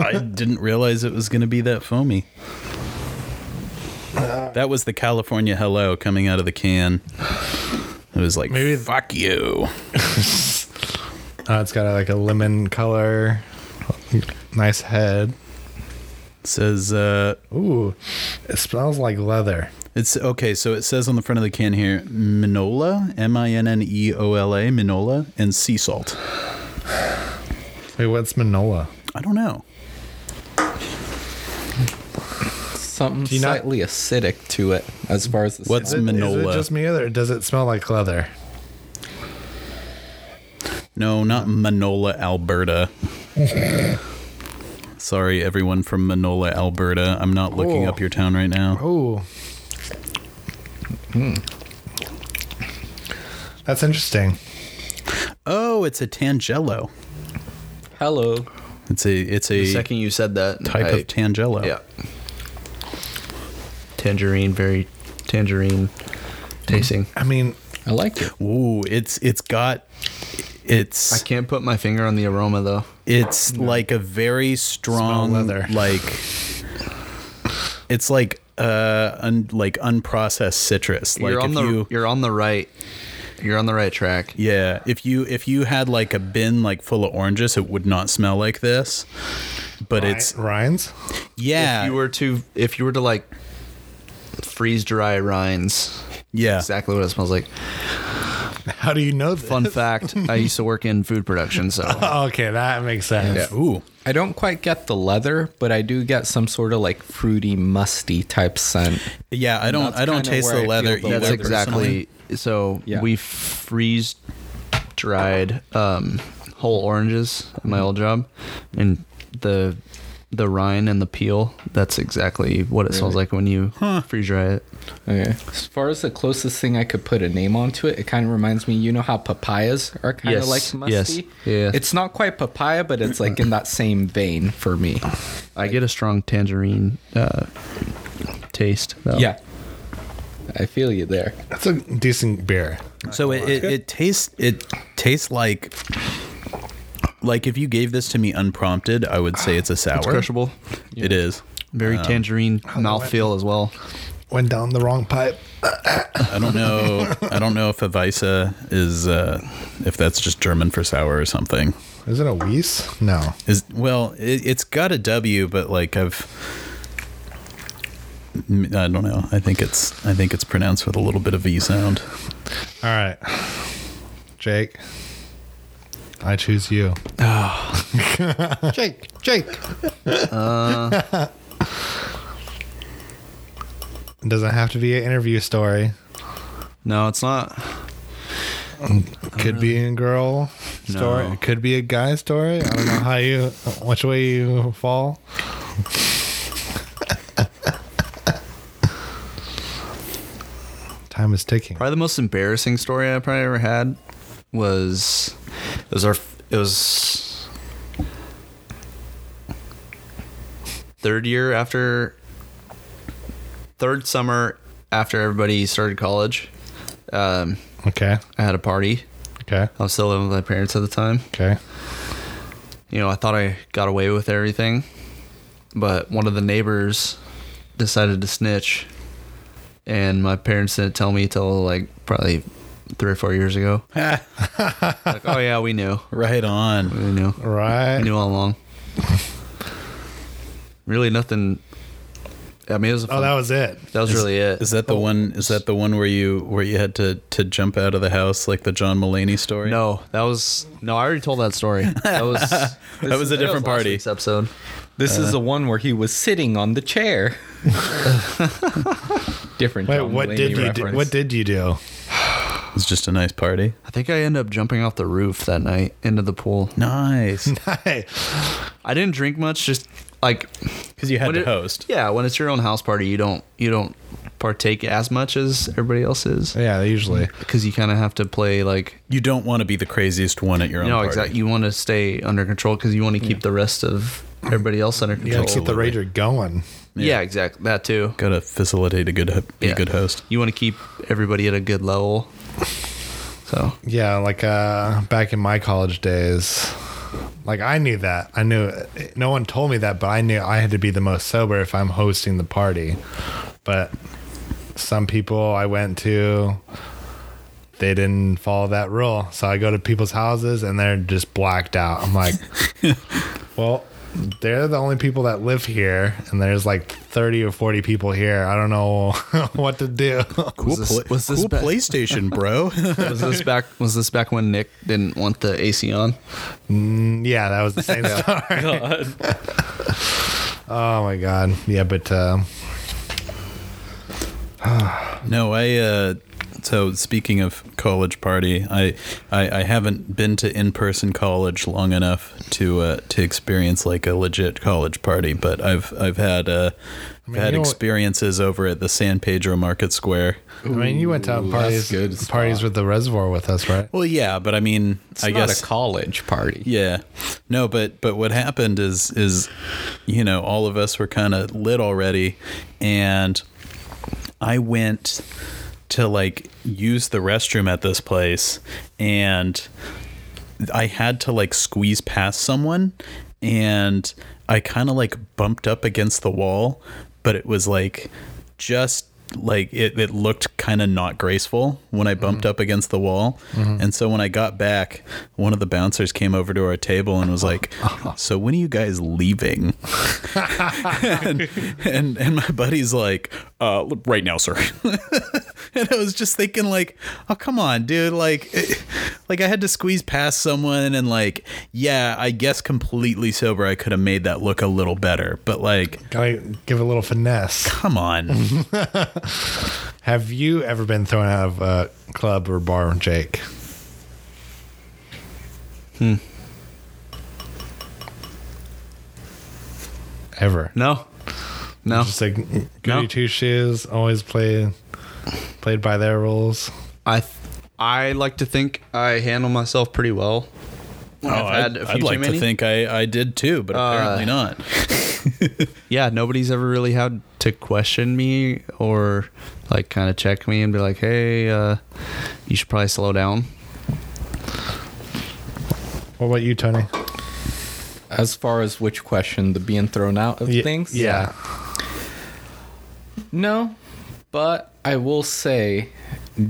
[SPEAKER 3] I didn't realize it was going to be that foamy. That was the California hello coming out of the can. It was like,
[SPEAKER 2] Maybe-
[SPEAKER 3] fuck you.
[SPEAKER 2] Uh, it's got a, like a lemon color, nice head.
[SPEAKER 3] It says, uh,
[SPEAKER 2] Ooh, it smells like leather.
[SPEAKER 3] it's okay. So it says on the front of the can here, Minola, M I N N E O L A, Minola, and sea salt.
[SPEAKER 2] Wait, what's Manola?
[SPEAKER 3] I don't know.
[SPEAKER 1] Something
[SPEAKER 2] you not-
[SPEAKER 1] slightly acidic to it as far as the
[SPEAKER 3] What's
[SPEAKER 1] scent.
[SPEAKER 3] Manola?
[SPEAKER 2] Is it just me or does it smell like leather?
[SPEAKER 3] No, not Manola, Alberta. Sorry, everyone from Manola, Alberta. I'm not looking
[SPEAKER 2] Oh.
[SPEAKER 3] up your town right now.
[SPEAKER 2] Ooh. Hmm. That's interesting.
[SPEAKER 3] Oh, it's a Tangelo.
[SPEAKER 1] hello?
[SPEAKER 3] It's a it's a
[SPEAKER 4] The second you said that,
[SPEAKER 3] type
[SPEAKER 4] I-
[SPEAKER 3] of Tangelo.
[SPEAKER 4] Yeah. Tangerine, very tangerine tasting.
[SPEAKER 2] I mean,
[SPEAKER 1] I like it.
[SPEAKER 3] Ooh, it's it's got
[SPEAKER 4] I
[SPEAKER 3] it's
[SPEAKER 4] can't put my finger on the aroma though.
[SPEAKER 3] it's like a very strong
[SPEAKER 2] Smell leather.
[SPEAKER 3] like it's like uh un, like unprocessed citrus. Like
[SPEAKER 4] you're
[SPEAKER 3] if
[SPEAKER 4] on the
[SPEAKER 3] you
[SPEAKER 4] you're on the right you're on the right track.
[SPEAKER 3] yeah, if you if you had like a bin like full of oranges, it would not smell like this. But it's
[SPEAKER 2] Rhines.
[SPEAKER 3] yeah,
[SPEAKER 4] If you were to if you were to like freeze dry rinds,
[SPEAKER 3] yeah,
[SPEAKER 4] exactly what it smells like.
[SPEAKER 2] How do you know this?
[SPEAKER 4] Fun fact, I used to work in food production, so
[SPEAKER 2] Okay, that makes sense.
[SPEAKER 3] Ooh,
[SPEAKER 1] I don't quite get the leather, but I do get some sort of like fruity, musty type scent.
[SPEAKER 3] yeah. I don't
[SPEAKER 1] That's
[SPEAKER 3] I don't
[SPEAKER 1] kinda
[SPEAKER 3] taste
[SPEAKER 1] where I
[SPEAKER 3] the
[SPEAKER 1] feel
[SPEAKER 3] leather
[SPEAKER 1] the
[SPEAKER 3] either.
[SPEAKER 4] that's
[SPEAKER 1] leather
[SPEAKER 3] personally.
[SPEAKER 4] exactly so
[SPEAKER 1] Yeah.
[SPEAKER 4] we freeze dried um, whole oranges at my old job and the the rind and the peel, that's exactly what it smells like when you freeze dry it.
[SPEAKER 1] Okay. As far as the closest thing I could put a name onto it, it kind of reminds me. You know how papayas are kind of
[SPEAKER 4] Yes,
[SPEAKER 1] like
[SPEAKER 4] yes,
[SPEAKER 1] musty.
[SPEAKER 4] yeah.
[SPEAKER 1] It's not quite papaya, but it's like in that same vein for me.
[SPEAKER 4] I get a strong tangerine uh, taste. Though.
[SPEAKER 1] Yeah. I feel you there.
[SPEAKER 2] That's a decent beer.
[SPEAKER 3] So it, it, it tastes it tastes like like if you gave this to me unprompted, I would say it's a sour.
[SPEAKER 4] it's crushable.
[SPEAKER 3] It is.
[SPEAKER 4] Very tangerine mouthfeel as well.
[SPEAKER 2] Went down the wrong pipe.
[SPEAKER 3] I don't know. I don't know if Avisa is uh, if that's just German for sour or something.
[SPEAKER 2] Is it a Weiss? No.
[SPEAKER 3] Is well, it, it's got a W, but like I've. I don't know. I think it's I think it's pronounced with a little bit of V sound.
[SPEAKER 2] All right, Jake. I choose you. Jake, Jake. Uh, it doesn't have to be an interview story.
[SPEAKER 4] No, it's not.
[SPEAKER 2] Could be a girl story.
[SPEAKER 4] No.
[SPEAKER 2] It could be a guy story. I don't know how you, which way you fall. Time is ticking.
[SPEAKER 4] Probably the most embarrassing story I probably ever had was it was our it was third year after third summer after everybody started college. Um,
[SPEAKER 2] Okay.
[SPEAKER 4] I had a party.
[SPEAKER 2] Okay.
[SPEAKER 4] I was still living with my parents at the time.
[SPEAKER 2] Okay.
[SPEAKER 4] You know, I thought I got away with everything, but one of the neighbors decided to snitch, and my parents didn't tell me till like probably three or four years ago. like, oh yeah, we knew,
[SPEAKER 3] Right on.
[SPEAKER 4] we knew, we
[SPEAKER 2] Right.
[SPEAKER 4] knew all along. really, nothing. I mean, it was a fun,
[SPEAKER 2] Oh, that was it.
[SPEAKER 4] that was really it.
[SPEAKER 3] Is that the one? Is that the one where you where you had to to jump out of the house like the John Mulaney story?
[SPEAKER 4] no, that was no. I already told that story. That was that
[SPEAKER 3] that was a different
[SPEAKER 4] last
[SPEAKER 3] party.
[SPEAKER 4] week's episode.
[SPEAKER 1] This is the one where he was sitting on the chair. Different.
[SPEAKER 2] Wait,
[SPEAKER 1] John
[SPEAKER 2] what
[SPEAKER 1] Mulaney
[SPEAKER 2] did you do?
[SPEAKER 1] reference.
[SPEAKER 2] What did you do?
[SPEAKER 3] It was just a nice party.
[SPEAKER 4] I think I ended up jumping off the roof that night into the pool.
[SPEAKER 3] Nice,
[SPEAKER 2] Hey,
[SPEAKER 4] I didn't drink much. Just like
[SPEAKER 3] because you had
[SPEAKER 4] When
[SPEAKER 3] to
[SPEAKER 4] it-
[SPEAKER 3] host.
[SPEAKER 4] yeah, when it's your own house party, you don't you don't partake as much as everybody else is
[SPEAKER 2] yeah, they usually.
[SPEAKER 4] because you kind of have to play like
[SPEAKER 3] You don't want to be the craziest one at your own.
[SPEAKER 4] no
[SPEAKER 3] party.
[SPEAKER 4] exactly. You want to stay under control because you want to keep the rest of everybody else under
[SPEAKER 2] You
[SPEAKER 4] control.
[SPEAKER 2] gotta keep the
[SPEAKER 3] Absolutely.
[SPEAKER 2] rager going.
[SPEAKER 4] Yeah, exactly. That too.
[SPEAKER 3] Got to facilitate a good ho- be
[SPEAKER 4] Yeah.
[SPEAKER 3] a good host.
[SPEAKER 4] You want to keep everybody at a good level. So
[SPEAKER 2] Yeah, like uh, back in my college days, like I knew that. I knew no one told me that, but I knew I had to be the most sober if I'm hosting the party. But some people I went to, they didn't follow that rule. So I go to people's houses and they're just blacked out. I'm like, well, they're the only people that live here, and there's like 30 or 40 people here. I don't know what to do.
[SPEAKER 3] Cool,
[SPEAKER 4] this- pla- was this cool ba-
[SPEAKER 3] PlayStation, bro.
[SPEAKER 4] was this back was this back when Nick didn't want the AC on?
[SPEAKER 2] Mm, yeah, that was the same story. Oh my god. Yeah, but uh,
[SPEAKER 3] no, I. Uh, so speaking of college party, I, I I haven't been to in person college long enough to uh, to experience like a legit college party, but I've I've had uh, I've had
[SPEAKER 2] you know-
[SPEAKER 3] experiences over at the San Pedro Market Square.
[SPEAKER 2] I mean, you went to parties
[SPEAKER 1] good spot.
[SPEAKER 2] parties with the reservoir with us, right?
[SPEAKER 3] Well, yeah, but I mean,
[SPEAKER 1] It's
[SPEAKER 3] I
[SPEAKER 1] not
[SPEAKER 3] guess
[SPEAKER 1] a college party.
[SPEAKER 3] Yeah. No, but but what happened is is you know, all of us were kind of lit already and I went to like use the restroom at this place and I had to like squeeze past someone and I kind of like bumped up against the wall, but it was like just like it, it looked kind of not graceful when I bumped up against the wall. And so when I got back, one of the bouncers came over to our table and was like, So when are you guys leaving? and, and and my buddy's like, uh, right now, sir. and I was just thinking, like, oh come on, dude, like, it- like I had to squeeze past someone, and like, yeah, I guess completely sober, I could have made that look a little better, but like,
[SPEAKER 2] Gotta give a little finesse.
[SPEAKER 3] come on,
[SPEAKER 2] Have you ever been thrown out of a club or bar, Jake? Hmm. Ever.
[SPEAKER 4] No, no.
[SPEAKER 2] Just like goody
[SPEAKER 4] No.
[SPEAKER 2] two shoes, always play played by their rules.
[SPEAKER 4] I th- I like to think I handle myself pretty well. When
[SPEAKER 3] Oh, I'd, I'd
[SPEAKER 4] too
[SPEAKER 3] like to
[SPEAKER 4] many.
[SPEAKER 3] think I I did too, but apparently not.
[SPEAKER 4] Yeah, nobody's ever really had to question me or like kind of check me and be like, "Hey, uh, you should probably slow down."
[SPEAKER 2] What about you, Tony?
[SPEAKER 1] As far as which question, the being thrown out of
[SPEAKER 2] Ye-
[SPEAKER 1] things.
[SPEAKER 2] Yeah.
[SPEAKER 1] No, but I will say,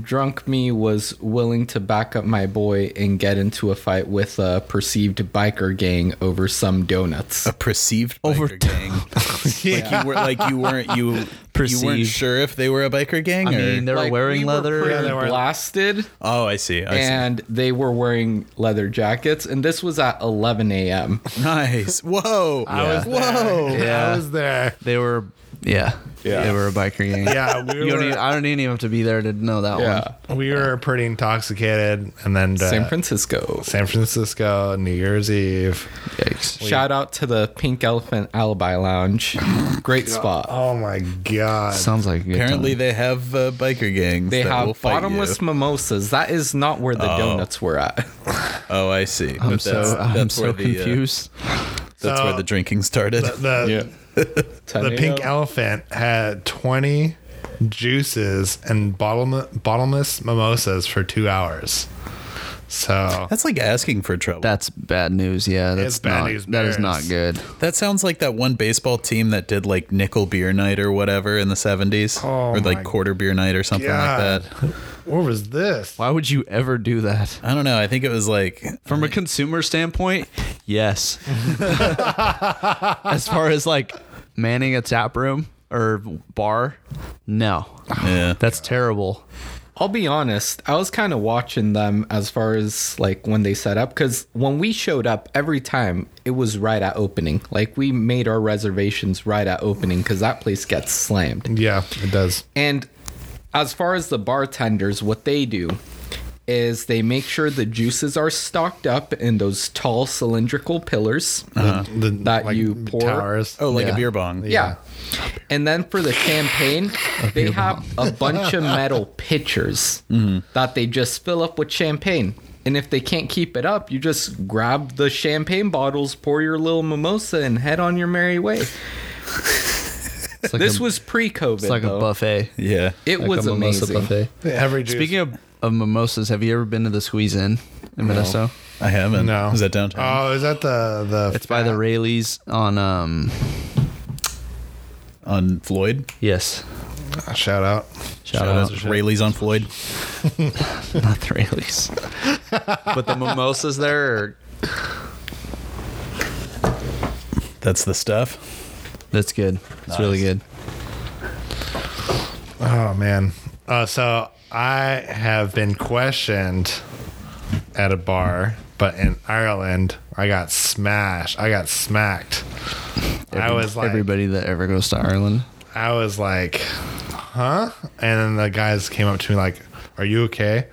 [SPEAKER 1] drunk me was willing to back up my boy and get into a fight with a perceived biker gang over some donuts.
[SPEAKER 3] A perceived over biker gang. Like you were like you weren't you you weren't
[SPEAKER 4] Perceived.
[SPEAKER 3] sure if they were a biker gang
[SPEAKER 4] I
[SPEAKER 3] or
[SPEAKER 4] mean, they were
[SPEAKER 1] Like,
[SPEAKER 4] wearing
[SPEAKER 1] we were
[SPEAKER 4] leather.
[SPEAKER 1] pretty
[SPEAKER 2] Yeah, they were-
[SPEAKER 1] blasted,
[SPEAKER 3] Oh, I see. I
[SPEAKER 1] and they were wearing leather jackets, and this was at 11 a.m.
[SPEAKER 3] see. Nice. Whoa.
[SPEAKER 2] I was there.
[SPEAKER 3] Whoa.
[SPEAKER 2] I was there.
[SPEAKER 4] they were Yeah.
[SPEAKER 2] Yeah.
[SPEAKER 4] They were a biker gang.
[SPEAKER 2] Yeah, we
[SPEAKER 4] You don't
[SPEAKER 2] were-
[SPEAKER 4] even, I don't even have to be there to know that
[SPEAKER 1] Yeah.
[SPEAKER 4] one.
[SPEAKER 2] We were pretty intoxicated, and then uh,
[SPEAKER 1] San Francisco.
[SPEAKER 2] San Francisco, New Year's Eve.
[SPEAKER 4] Yikes.
[SPEAKER 1] Shout out to the Pink Elephant Alibi Lounge. Great spot.
[SPEAKER 2] Oh my god!
[SPEAKER 4] Sounds like a good
[SPEAKER 3] Apparently,
[SPEAKER 4] time.
[SPEAKER 3] they have uh, biker gangs.
[SPEAKER 1] They
[SPEAKER 3] that will
[SPEAKER 1] have
[SPEAKER 3] fight
[SPEAKER 1] bottomless
[SPEAKER 3] you.
[SPEAKER 1] mimosas. That is not where the donuts were at.
[SPEAKER 3] Oh, I see.
[SPEAKER 4] I'm
[SPEAKER 3] But
[SPEAKER 4] so
[SPEAKER 3] that's-
[SPEAKER 4] I'm
[SPEAKER 3] that's
[SPEAKER 4] so
[SPEAKER 3] where the, uh,
[SPEAKER 4] confused.
[SPEAKER 3] that's
[SPEAKER 2] So-
[SPEAKER 3] where the drinking started.
[SPEAKER 2] the the
[SPEAKER 1] 10
[SPEAKER 2] pink
[SPEAKER 1] a.m.
[SPEAKER 2] elephant had 20 juices and bottom, bottomless mimosas for two hours so
[SPEAKER 3] That's like asking for trouble. That,
[SPEAKER 4] That's bad news. Yeah, that's
[SPEAKER 2] It's bad
[SPEAKER 4] not,
[SPEAKER 2] news
[SPEAKER 4] That is not
[SPEAKER 2] bears.
[SPEAKER 4] good.
[SPEAKER 3] sounds like that one baseball team that did like nickel beer night or whatever in the 70s
[SPEAKER 2] Oh my
[SPEAKER 3] or like quarter beer night or something
[SPEAKER 2] God.
[SPEAKER 3] like that.
[SPEAKER 2] what was this
[SPEAKER 4] Why would you ever do that?
[SPEAKER 3] I don't know. I think it was like
[SPEAKER 4] From a consumer standpoint, yes. as far as like manning a tap room or bar, no.
[SPEAKER 3] yeah.
[SPEAKER 4] That's terrible.
[SPEAKER 1] I'll be honest, I was kind of watching them as far as like when they set up because when we showed up every time it was right at opening. Like we made our reservations right at opening because that place gets slammed.
[SPEAKER 2] yeah it does
[SPEAKER 1] And as far as the bartenders, what they do is they make sure the juices are stocked up in those tall cylindrical pillars.
[SPEAKER 2] the,
[SPEAKER 1] That you pour-
[SPEAKER 2] towers
[SPEAKER 3] Oh, like
[SPEAKER 4] Yeah.
[SPEAKER 3] a beer bong.
[SPEAKER 1] Yeah. And then for the champagne, they have a bunch of metal pitchers that they just fill up with champagne. And if they can't keep it up, you just grab the champagne bottles, pour your little mimosa, and head on your merry way.
[SPEAKER 4] It's like
[SPEAKER 1] this
[SPEAKER 4] a,
[SPEAKER 1] was pre-COVID.
[SPEAKER 4] it's like
[SPEAKER 1] though.
[SPEAKER 4] a buffet.
[SPEAKER 3] Yeah.
[SPEAKER 1] It
[SPEAKER 4] Like
[SPEAKER 1] was
[SPEAKER 4] a mimosa
[SPEAKER 1] amazing.
[SPEAKER 4] buffet.
[SPEAKER 2] every juice
[SPEAKER 4] Speaking of, of mimosas, have you ever been to the Squeeze Inn in Minnesota?
[SPEAKER 3] I haven't.
[SPEAKER 2] no
[SPEAKER 3] Is that downtown?
[SPEAKER 2] oh is that the the
[SPEAKER 4] It's by the Rayleighs on um
[SPEAKER 3] on Floyd?
[SPEAKER 4] yes.
[SPEAKER 2] shout out
[SPEAKER 4] Shout,
[SPEAKER 3] Shout
[SPEAKER 4] out.
[SPEAKER 3] out to Rayleigh's on Floyd.
[SPEAKER 4] Not the Rayleighs. but the mimosas there are,
[SPEAKER 3] That's the stuff.
[SPEAKER 4] that's good. It's really
[SPEAKER 3] Nice.
[SPEAKER 4] good.
[SPEAKER 2] oh man uh, so i have been questioned at a bar but in ireland i got smashed i got smacked i was like
[SPEAKER 4] Everybody that ever goes to Ireland.
[SPEAKER 2] I was like, huh? And then the guys came up to me like, are you okay?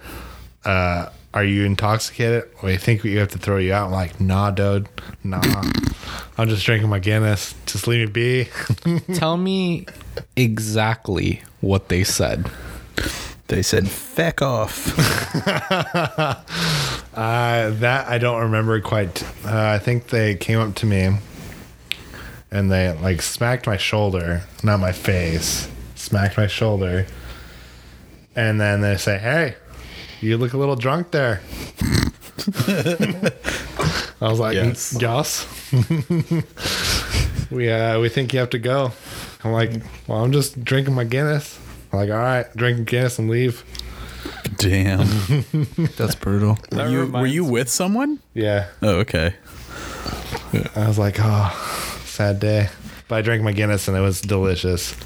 [SPEAKER 2] Uh, are you intoxicated? We think we have to throw you out. I'm like, nah, dude. Nah. I'm just drinking my Guinness. Just leave me be.
[SPEAKER 1] Tell me exactly what they said.
[SPEAKER 3] They said, feck off.
[SPEAKER 2] Uh, that I don't remember quite. Uh, I think they came up to me and they like smacked my shoulder, not my face, smacked my shoulder. And then they say, Hey, you look a little drunk there. I was like,
[SPEAKER 3] Yes.
[SPEAKER 2] Joss, we, uh, we think you have to go. I'm like, Well, I'm just drinking my Guinness. I'm like, All right, drink Guinness and leave.
[SPEAKER 3] Damn.
[SPEAKER 4] That's brutal.
[SPEAKER 3] Were
[SPEAKER 1] That
[SPEAKER 3] you, were
[SPEAKER 1] reminds-
[SPEAKER 3] you with someone?
[SPEAKER 2] Yeah.
[SPEAKER 3] Oh, okay.
[SPEAKER 2] I was like, oh, sad day. But I drank my Guinness and it was delicious.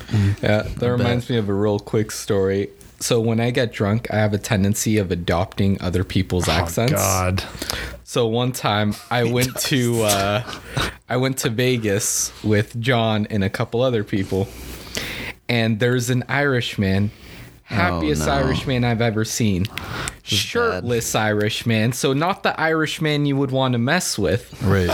[SPEAKER 1] Yeah, that reminds me of a real quick story. So when I get drunk, I have a tendency of adopting other people's accents.
[SPEAKER 2] Oh, God.
[SPEAKER 1] So one time I went to uh, I went to Vegas with John and a couple other people, and there's an Irishman, happiest
[SPEAKER 4] no.
[SPEAKER 1] Irishman I've ever seen, shirtless Irishman. So not the Irishman you would want to mess with.
[SPEAKER 3] Right.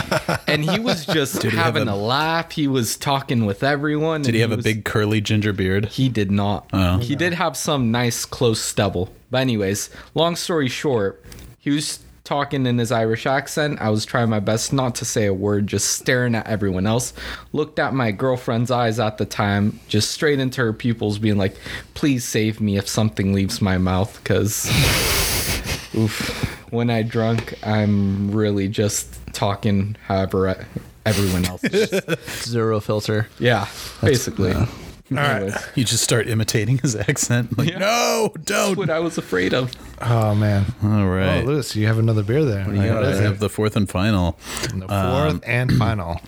[SPEAKER 1] And he was just
[SPEAKER 3] he have
[SPEAKER 1] having
[SPEAKER 3] a-
[SPEAKER 1] a, laugh. He was talking with everyone.
[SPEAKER 3] Did he have a big curly ginger beard?
[SPEAKER 1] He did not.
[SPEAKER 3] Oh.
[SPEAKER 1] He did have some nice close stubble. But anyways, long story short, he was talking in his Irish accent. I was trying my best not to say a word, just staring at everyone else. Looked at my girlfriend's eyes at the time, just straight into her pupils, being like, "Please save me if something leaves my mouth, because." Oof. When I drunk, I'm really just talking however I- everyone else is.
[SPEAKER 4] Zero filter.
[SPEAKER 1] yeah, basically.
[SPEAKER 4] yeah.
[SPEAKER 1] All
[SPEAKER 2] right.
[SPEAKER 3] You just start imitating his accent. Like,
[SPEAKER 1] Yeah.
[SPEAKER 3] no,
[SPEAKER 1] That's
[SPEAKER 3] don't.
[SPEAKER 1] what I was afraid of.
[SPEAKER 2] Oh, man.
[SPEAKER 3] All right.
[SPEAKER 2] Oh, Lewis, you have another beer there.
[SPEAKER 3] I
[SPEAKER 2] What
[SPEAKER 3] gotta
[SPEAKER 2] is it?
[SPEAKER 3] have the fourth and final.
[SPEAKER 2] The fourth
[SPEAKER 4] Um,
[SPEAKER 2] and final.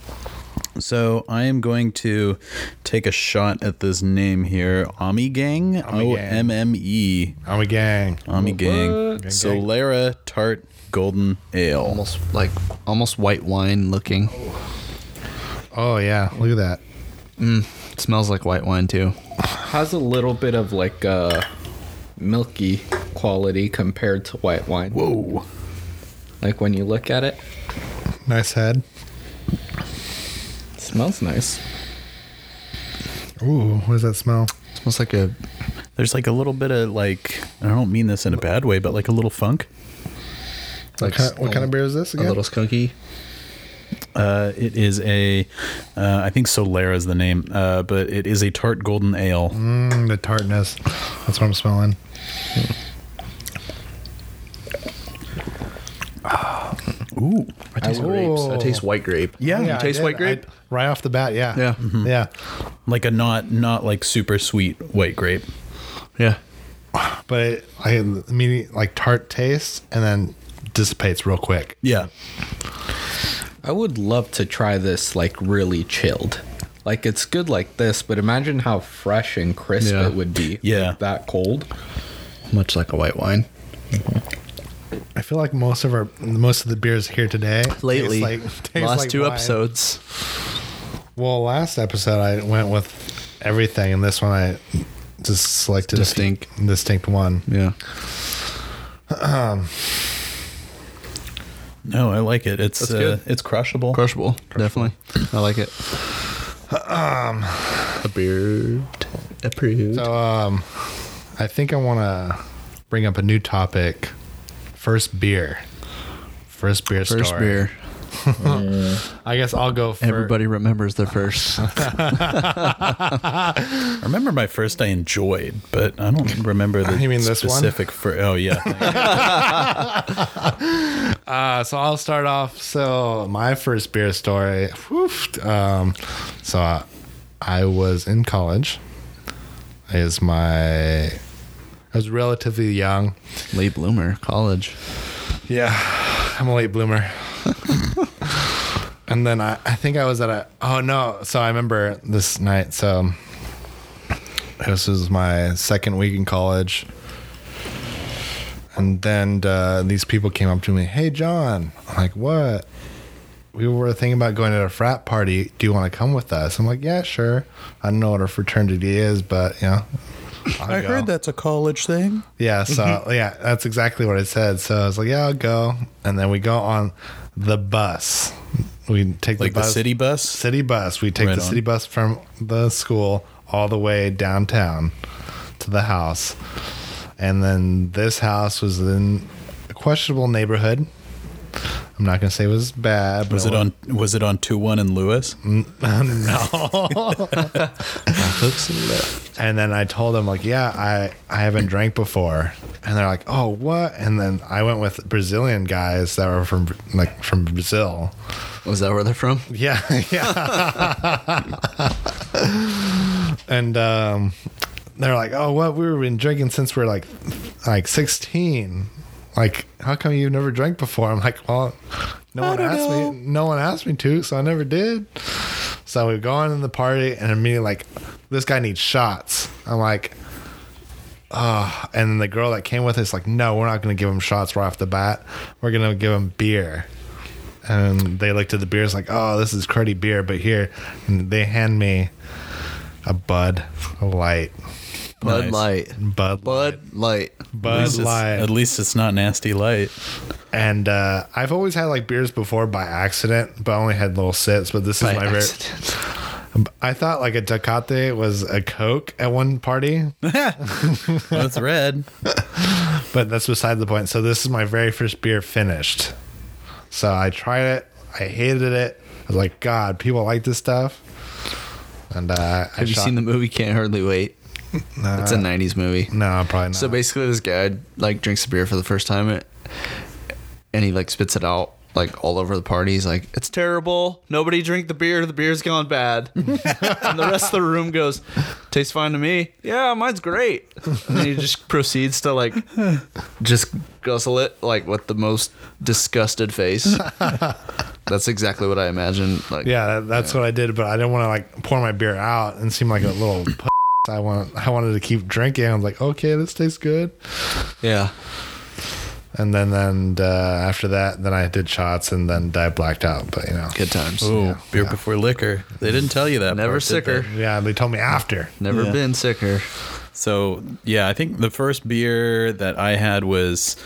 [SPEAKER 3] So I am going to take a shot at this name here. Ami Gang. O M M E.
[SPEAKER 2] I'm a gang.
[SPEAKER 3] Ami Gang.
[SPEAKER 1] What?
[SPEAKER 3] Solera Tart Golden Ale.
[SPEAKER 4] Almost like almost white wine looking.
[SPEAKER 2] Oh, yeah. Look at that.
[SPEAKER 4] It smells like white wine too.
[SPEAKER 1] Has a little bit of like a milky quality compared to white wine.
[SPEAKER 3] Whoa.
[SPEAKER 1] Like when you look at it,
[SPEAKER 2] Nice head.
[SPEAKER 1] it smells nice.
[SPEAKER 2] Ooh, what does that smell?
[SPEAKER 4] It smells like a
[SPEAKER 3] There's like a little bit of like, I don't mean this in a bad way, but like a little funk.
[SPEAKER 2] What
[SPEAKER 4] like
[SPEAKER 2] kind, what kind of beer is this
[SPEAKER 4] a
[SPEAKER 2] again?
[SPEAKER 4] little skunky.
[SPEAKER 3] Uh, it is a, uh, I think Solera is the name, uh, but it is a tart golden ale.
[SPEAKER 2] Mm, the tartness. That's what I'm smelling.
[SPEAKER 3] Ooh.
[SPEAKER 4] I taste
[SPEAKER 1] I-
[SPEAKER 4] grapes. I
[SPEAKER 2] Ooh.
[SPEAKER 4] taste white grape.
[SPEAKER 3] Yeah.
[SPEAKER 2] Oh. Yeah,
[SPEAKER 4] you
[SPEAKER 2] I
[SPEAKER 4] taste
[SPEAKER 2] did.
[SPEAKER 4] white grape.
[SPEAKER 2] I- right off the bat, yeah.
[SPEAKER 4] Yeah. mm-hmm.
[SPEAKER 2] Yeah.
[SPEAKER 3] Like a not, not like super sweet white grape.
[SPEAKER 4] yeah,
[SPEAKER 2] But it, I immediately like tart taste and then dissipates real quick.
[SPEAKER 3] Yeah.
[SPEAKER 1] I would love to try this like really chilled. Like it's good like this, but imagine how fresh and crisp
[SPEAKER 4] Yeah.
[SPEAKER 1] it would be. like,
[SPEAKER 3] Yeah.
[SPEAKER 1] that cold.
[SPEAKER 4] much like a white wine.
[SPEAKER 2] I feel like most of our most of the beers here today
[SPEAKER 4] Lately,
[SPEAKER 2] taste like- taste
[SPEAKER 4] last
[SPEAKER 2] like
[SPEAKER 4] two
[SPEAKER 2] wine.
[SPEAKER 4] episodes.
[SPEAKER 2] Well, last episode I went with everything, and this one I just selected a few-
[SPEAKER 4] Distinct.
[SPEAKER 2] distinct one.
[SPEAKER 4] Yeah,
[SPEAKER 3] No, I like it. It's,
[SPEAKER 4] That's
[SPEAKER 3] uh,
[SPEAKER 4] good.
[SPEAKER 3] it's crushable.
[SPEAKER 4] crushable, definitely. I like it. Um, approved. Approved.
[SPEAKER 2] So, um, I think I want to bring up a new topic. First beer. First beer
[SPEAKER 4] First
[SPEAKER 2] story.
[SPEAKER 4] beer.
[SPEAKER 2] I guess I'll go first.
[SPEAKER 4] Everybody remembers their first.
[SPEAKER 3] I remember my first I enjoyed, but I don't remember the
[SPEAKER 2] You mean this one?
[SPEAKER 3] specific fir- oh yeah.
[SPEAKER 2] Uh, so I'll start off. So my first beer story. woof, um, so I, I was in college. Is my I was relatively young.
[SPEAKER 4] Late bloomer, college.
[SPEAKER 2] Yeah, I'm a late bloomer. and then I, I think I was at a oh no, so I remember this night. So this was my second week in college. And then uh, these people came up to me, "Hey John." I'm like, "What?" We were thinking about going to a frat party. Do you want to come with us? I'm like, "Yeah, sure." I don't know what a fraternity is, but yeah. I'll
[SPEAKER 3] I
[SPEAKER 2] go."
[SPEAKER 3] heard that's a college thing.
[SPEAKER 2] Yeah, so
[SPEAKER 3] Mm-hmm.
[SPEAKER 2] yeah, that's exactly what I said. So I was like, yeah, I'll go. And then we go on the bus. We take
[SPEAKER 3] Like
[SPEAKER 2] the
[SPEAKER 3] the
[SPEAKER 2] bus,
[SPEAKER 3] city bus.
[SPEAKER 2] city bus. We take
[SPEAKER 3] Right
[SPEAKER 2] the
[SPEAKER 3] on.
[SPEAKER 2] city bus from the school all the way downtown to the house. And then this house was in a questionable neighborhood. I'm not going to say it was bad, but
[SPEAKER 3] was it on was it on 2-1 in Lewis?
[SPEAKER 2] And then I told them like, yeah, I I haven't drank before, and they're like, oh, what? And then I went with Brazilian guys that were from like from Brazil.
[SPEAKER 4] Was that where they're from?
[SPEAKER 2] Yeah, yeah. and um, they're like, oh, what? We were been drinking since we are like like sixteen. Like, how come you've never drank before? I'm like, well, no one asked me. No one asked me to, so I never did. So we go on in the party, and immediately like, this guy needs shots. I'm like. Uh, and then the girl that came with us like, no, we're not gonna give him shots right off the bat. We're gonna give him beer and they looked at the beers like, "Oh, this is cruddy beer," but here, and they hand me a Bud Light,
[SPEAKER 4] Bud
[SPEAKER 3] Nice.
[SPEAKER 4] Light.
[SPEAKER 2] Bud,
[SPEAKER 4] Bud Light.
[SPEAKER 3] At
[SPEAKER 2] Bud
[SPEAKER 3] least it's-
[SPEAKER 2] Light,
[SPEAKER 3] At least it's not nasty light.
[SPEAKER 2] and uh, I've always had like beers before by accident, but I only had little sips. But this
[SPEAKER 4] By
[SPEAKER 2] is my very.
[SPEAKER 4] accident.
[SPEAKER 2] I thought like a Tecate was a Coke at one party,
[SPEAKER 3] Well, it's red.
[SPEAKER 2] but that's beside the point. So this is my very first beer finished. So I tried it. I hated it. I was like, God, people like this stuff. And uh, I
[SPEAKER 4] Have you
[SPEAKER 2] shot-
[SPEAKER 4] seen the movie Can't Hardly Wait?
[SPEAKER 2] Nah.
[SPEAKER 4] It's a '90s movie.
[SPEAKER 2] No, probably not.
[SPEAKER 4] So basically, this guy like drinks a beer for the first time, and- and he like spits it out like all over the party. He's like, "It's terrible. Nobody drink the beer. The beer's gone bad." and the rest of the room goes, "Tastes fine to me. Yeah, mine's great." And then he just proceeds to like just guzzle it like with the most disgusted face. That's exactly what I imagine. Like,
[SPEAKER 2] Yeah, that, that's what I did, but I didn't want to like pour my beer out and seem like a little. p- I want. I wanted to keep drinking. I was like, okay, this tastes good.
[SPEAKER 4] yeah.
[SPEAKER 2] and then then uh, after that, then I did shots, and then I blacked out. But you know,
[SPEAKER 4] Good times.
[SPEAKER 3] Oh,
[SPEAKER 2] Yeah.
[SPEAKER 3] beer before liquor. They didn't tell you that.
[SPEAKER 4] Never
[SPEAKER 3] part, did
[SPEAKER 4] sicker.
[SPEAKER 3] they?
[SPEAKER 2] yeah, they told me after.
[SPEAKER 4] Never
[SPEAKER 3] Yeah.
[SPEAKER 4] been sicker.
[SPEAKER 3] So yeah, I think the first beer that I had was,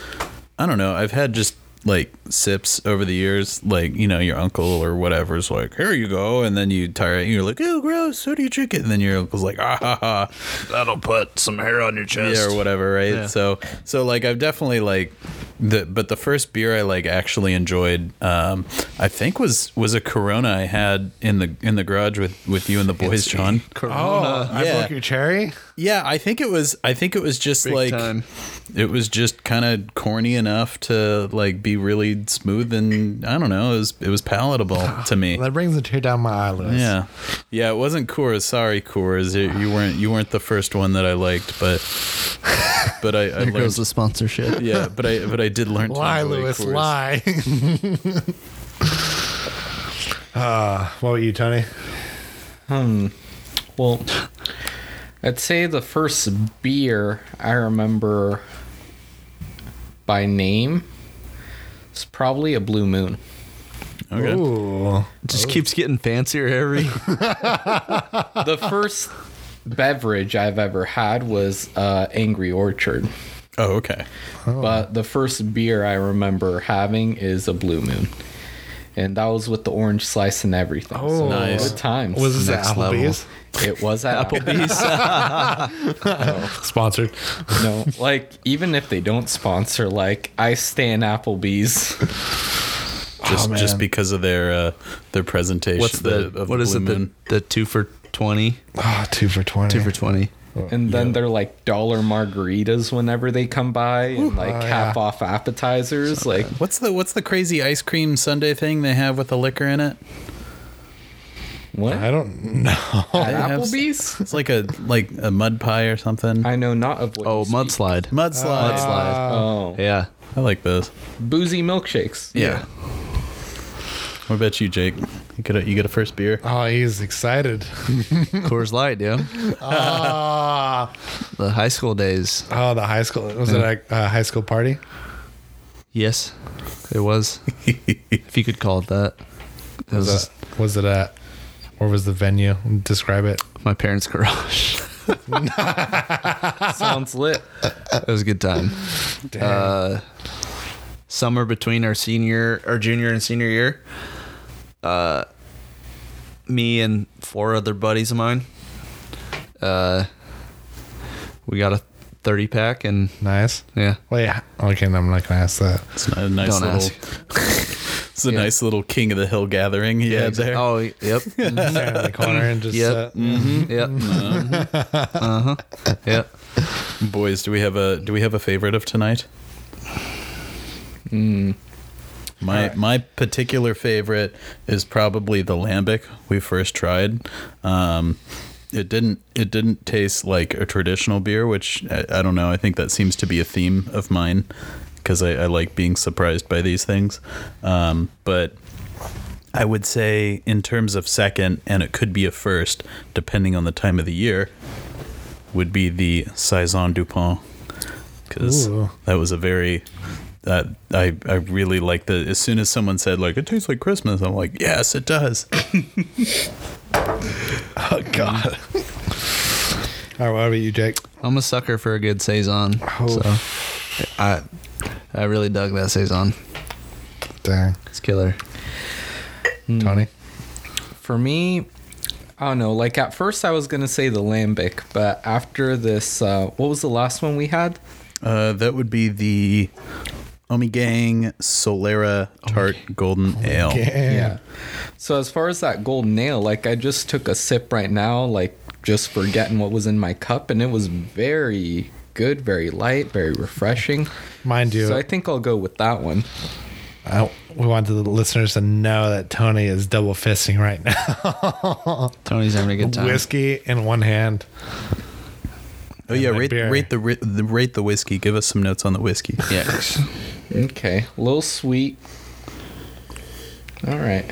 [SPEAKER 3] I don't know. I've had just like sips over the years, like you know your uncle or whatever's like, here you go, and then you tire it, and you're like, oh gross, how do you drink it? And then your uncle's like, ah ha ha,
[SPEAKER 4] That'll put some hair on your chest.
[SPEAKER 3] yeah, or whatever, right?
[SPEAKER 4] Yeah.
[SPEAKER 3] So so like I've definitely like the but the first beer I like actually enjoyed, um, I think was was a Corona I had in the in the garage with with you and the boys, John.
[SPEAKER 2] Oh, I
[SPEAKER 3] yeah.
[SPEAKER 2] broke your cherry.
[SPEAKER 3] Yeah, I think it was. I think it was just like
[SPEAKER 4] time.
[SPEAKER 3] it was just kind of corny enough to like be really smooth and I don't know. It was it was palatable
[SPEAKER 4] Ah,
[SPEAKER 3] to me.
[SPEAKER 2] That brings a tear down my eye, Louis.
[SPEAKER 3] Yeah, yeah. It wasn't Coors. Sorry, Coors. You- you weren't you weren't the first one that I liked, but but I, I
[SPEAKER 4] There
[SPEAKER 3] learned.
[SPEAKER 4] goes the sponsorship.
[SPEAKER 3] yeah, but I but I did learn. to
[SPEAKER 2] Lie,
[SPEAKER 3] enjoy
[SPEAKER 2] Lewis,
[SPEAKER 3] Coors.
[SPEAKER 2] lie. uh, what about you, Tony?
[SPEAKER 1] Hmm. Well, I'd say the first beer I remember by name is probably a Blue Moon.
[SPEAKER 3] Okay.
[SPEAKER 2] Ooh.
[SPEAKER 4] It
[SPEAKER 3] Oh.
[SPEAKER 4] just keeps getting fancier every.
[SPEAKER 1] The first beverage I've ever had was uh, Angry Orchard,
[SPEAKER 3] Oh, okay.
[SPEAKER 1] but the first beer I remember having is a Blue Moon. And that was with the orange slice and everything.
[SPEAKER 2] Oh.
[SPEAKER 3] Nice.
[SPEAKER 1] Good times.
[SPEAKER 2] Was this at
[SPEAKER 4] Next level.
[SPEAKER 2] Applebee's?
[SPEAKER 1] it was at Applebee's.
[SPEAKER 2] Sponsored.
[SPEAKER 1] No, like even if they don't sponsor, like I stay in Applebee's.
[SPEAKER 3] Just
[SPEAKER 2] man.
[SPEAKER 3] just because of their uh, their presentation.
[SPEAKER 4] Oh, What's the,
[SPEAKER 3] of the
[SPEAKER 4] what is
[SPEAKER 3] Blue
[SPEAKER 4] it? The,
[SPEAKER 3] Moon.
[SPEAKER 4] the two for 20?
[SPEAKER 2] Ah, two for 20.
[SPEAKER 4] Two for 20.
[SPEAKER 3] Oh,
[SPEAKER 1] And then they're like dollar margaritas whenever they come by and
[SPEAKER 3] Oh,
[SPEAKER 1] like half off appetizers. like
[SPEAKER 3] What's the what's the crazy ice cream sundae thing they have with the liquor in it?
[SPEAKER 1] what?
[SPEAKER 2] I
[SPEAKER 1] At
[SPEAKER 2] don't know.
[SPEAKER 3] have-
[SPEAKER 1] Applebee's?
[SPEAKER 3] It's like a like a mud pie or something.
[SPEAKER 1] I know not of what.
[SPEAKER 4] Oh,
[SPEAKER 1] you speak.
[SPEAKER 4] mudslide.
[SPEAKER 3] Mudslide.
[SPEAKER 4] Mudslide.
[SPEAKER 1] Oh,
[SPEAKER 4] yeah.
[SPEAKER 3] I like those.
[SPEAKER 1] boozy milkshakes.
[SPEAKER 4] Yeah.
[SPEAKER 3] What about you, Jake? You get a you get a first beer.
[SPEAKER 2] Oh, he's excited.
[SPEAKER 4] Coors Light, yeah.
[SPEAKER 2] Ah.
[SPEAKER 4] The high school days.
[SPEAKER 2] oh, the high school. Was it a, a high school party?
[SPEAKER 4] Yes, it was. if you could call it that. It was
[SPEAKER 2] Was it, was it at, or was the venue? Describe it.
[SPEAKER 4] my parents' garage.
[SPEAKER 1] Sounds lit.
[SPEAKER 4] it was a good time.
[SPEAKER 2] Damn.
[SPEAKER 4] Uh, summer between our senior, our junior and senior year, uh, me and four other buddies of mine, uh, we got a thirty pack and
[SPEAKER 2] nice.
[SPEAKER 4] yeah,
[SPEAKER 2] Well, yeah. Okay, no, I'm not going to ask that.
[SPEAKER 3] It's a nice
[SPEAKER 4] Don't
[SPEAKER 3] little. it's a
[SPEAKER 4] Yeah.
[SPEAKER 3] nice little king of the hill gathering you had there.
[SPEAKER 4] Oh, yep, Mhm.
[SPEAKER 2] Stand in the corner and just
[SPEAKER 4] Yep. Mm.
[SPEAKER 2] sit.
[SPEAKER 4] Mm-hmm. yep, uh huh, yep.
[SPEAKER 3] Boys, do we have a do we have a favorite of tonight? My my particular favorite is probably the lambic we first tried. Um, it didn't it didn't taste like a traditional beer, which I, I don't know. I think that seems to be a theme of mine because I, I like being surprised by these things. Um, but I would say in terms of second, and it could be a first depending on the time of the year, would be the saison Dupont because
[SPEAKER 2] Ooh.
[SPEAKER 3] that was a very uh, I I really like the as soon as someone said like it tastes like Christmas, I'm like yes it does.
[SPEAKER 2] Oh, God. All right, what about you, Jake?
[SPEAKER 4] I'm a sucker for a good saison,
[SPEAKER 2] Oh.
[SPEAKER 4] so I I really dug that saison.
[SPEAKER 2] Dang.
[SPEAKER 4] It's killer.
[SPEAKER 2] Tony?
[SPEAKER 1] For me, I don't know. Like at first, I was gonna say the lambic, but after this, uh, what was the last one we had?
[SPEAKER 3] Uh, that would be the Omegang Solera Tart Golden Ale.
[SPEAKER 4] oh,
[SPEAKER 1] Yeah. So as far as that gold nail, like I just took a sip right now, like just forgetting what was in my cup, and it was very good, very light, very refreshing.
[SPEAKER 2] Mind you,
[SPEAKER 1] So I think I'll go with that one.
[SPEAKER 2] I, we want the listeners to know that Tony is double fisting right now.
[SPEAKER 4] Tony's having a good time.
[SPEAKER 2] Whiskey in one hand.
[SPEAKER 3] Oh yeah,
[SPEAKER 2] And my
[SPEAKER 3] rate
[SPEAKER 2] beer.
[SPEAKER 3] rate the, ri- the rate the whiskey. Give us some notes on the whiskey.
[SPEAKER 4] Yeah.
[SPEAKER 1] Okay, a little sweet. All right.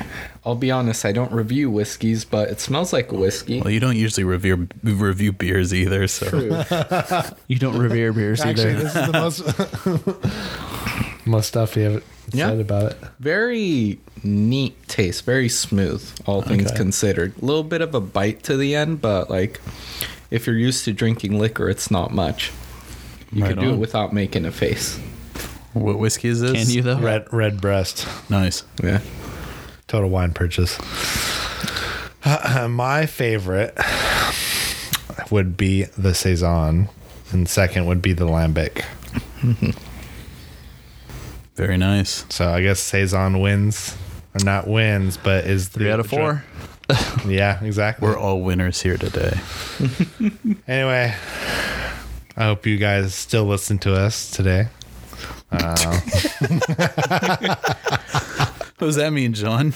[SPEAKER 1] I'll be honest, I don't review whiskeys, but it smells like a whiskey.
[SPEAKER 3] Well, you don't usually review review beers either, so
[SPEAKER 1] True.
[SPEAKER 4] You don't revere beers
[SPEAKER 2] Actually,
[SPEAKER 4] either.
[SPEAKER 2] this is the most. Most stuff you have
[SPEAKER 1] Yeah.
[SPEAKER 2] said about it.
[SPEAKER 1] Very neat taste, very smooth, all things
[SPEAKER 2] Okay.
[SPEAKER 1] considered. A little bit of a bite to the end, but like if you're used to drinking liquor, it's not much. You
[SPEAKER 3] Right
[SPEAKER 1] could do it
[SPEAKER 3] on.
[SPEAKER 1] without making a face.
[SPEAKER 3] What whiskey is this?
[SPEAKER 4] Can you though?
[SPEAKER 2] Red red breast.
[SPEAKER 3] Nice.
[SPEAKER 1] Yeah.
[SPEAKER 2] Total wine purchase. Uh, my favorite would be the saison, and second would be the lambic.
[SPEAKER 3] Very nice.
[SPEAKER 2] So I guess saison wins, or not wins, but is
[SPEAKER 4] Three out of four.
[SPEAKER 2] Yeah, exactly.
[SPEAKER 3] We're all winners here today.
[SPEAKER 2] Anyway, I hope you guys still listen to us today.
[SPEAKER 3] What does that mean, John?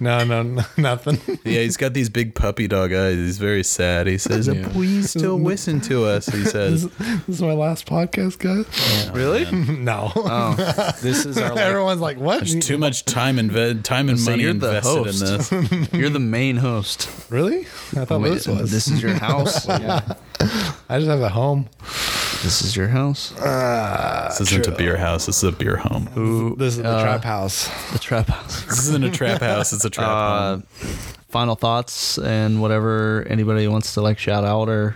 [SPEAKER 2] No, no, no nothing.
[SPEAKER 3] yeah, he's got these big puppy dog eyes. He's very sad. He says,
[SPEAKER 1] Yeah.
[SPEAKER 3] "Please still listen to us." He says,
[SPEAKER 2] This is my last podcast, guys.
[SPEAKER 4] Really?
[SPEAKER 2] No.
[SPEAKER 4] Oh,
[SPEAKER 1] This is our like,
[SPEAKER 2] Everyone's like, what?
[SPEAKER 3] "There's too much time inve- time and
[SPEAKER 4] So
[SPEAKER 3] money
[SPEAKER 4] you're the
[SPEAKER 3] invested
[SPEAKER 4] host.
[SPEAKER 3] in this."
[SPEAKER 4] You're the main host.
[SPEAKER 2] Really? I thought
[SPEAKER 4] Wait,
[SPEAKER 2] this was.
[SPEAKER 4] this is your house.
[SPEAKER 1] yeah.
[SPEAKER 2] I just have a home.
[SPEAKER 4] This is your house.
[SPEAKER 3] this isn't a beer house. This is a beer home.
[SPEAKER 2] Uh, This is the
[SPEAKER 4] Uh,
[SPEAKER 2] trap house.
[SPEAKER 4] The trap house.
[SPEAKER 3] This isn't a trap house. It's a trap
[SPEAKER 4] Uh,
[SPEAKER 3] home.
[SPEAKER 4] final thoughts and whatever anybody wants to like shout out or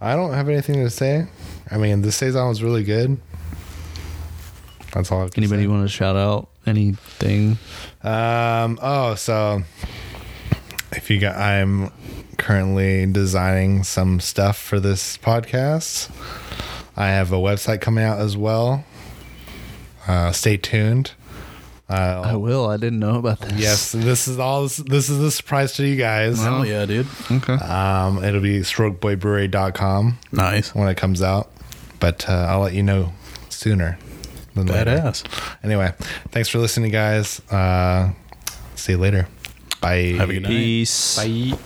[SPEAKER 2] I don't have anything to say. I mean, the saison was really good. That's all. I can
[SPEAKER 4] anybody
[SPEAKER 2] say.
[SPEAKER 4] want to shout out anything.
[SPEAKER 2] Um. Oh, so if you got, I'm currently designing some stuff for this podcast. I have a website coming out as well. Uh, stay tuned.
[SPEAKER 4] I will. I didn't know about this.
[SPEAKER 2] Yes, this is all. This is a surprise to you guys.
[SPEAKER 3] Hell yeah, dude.
[SPEAKER 4] Okay.
[SPEAKER 2] Um, it'll be strokeboybrewery.com
[SPEAKER 3] Nice.
[SPEAKER 2] when it comes out, but uh, I'll let you know sooner than later.
[SPEAKER 3] Badass.
[SPEAKER 2] Anyway, thanks for listening, guys. Uh, see you later. Bye.
[SPEAKER 3] Have a good night.
[SPEAKER 4] Peace.
[SPEAKER 1] Bye.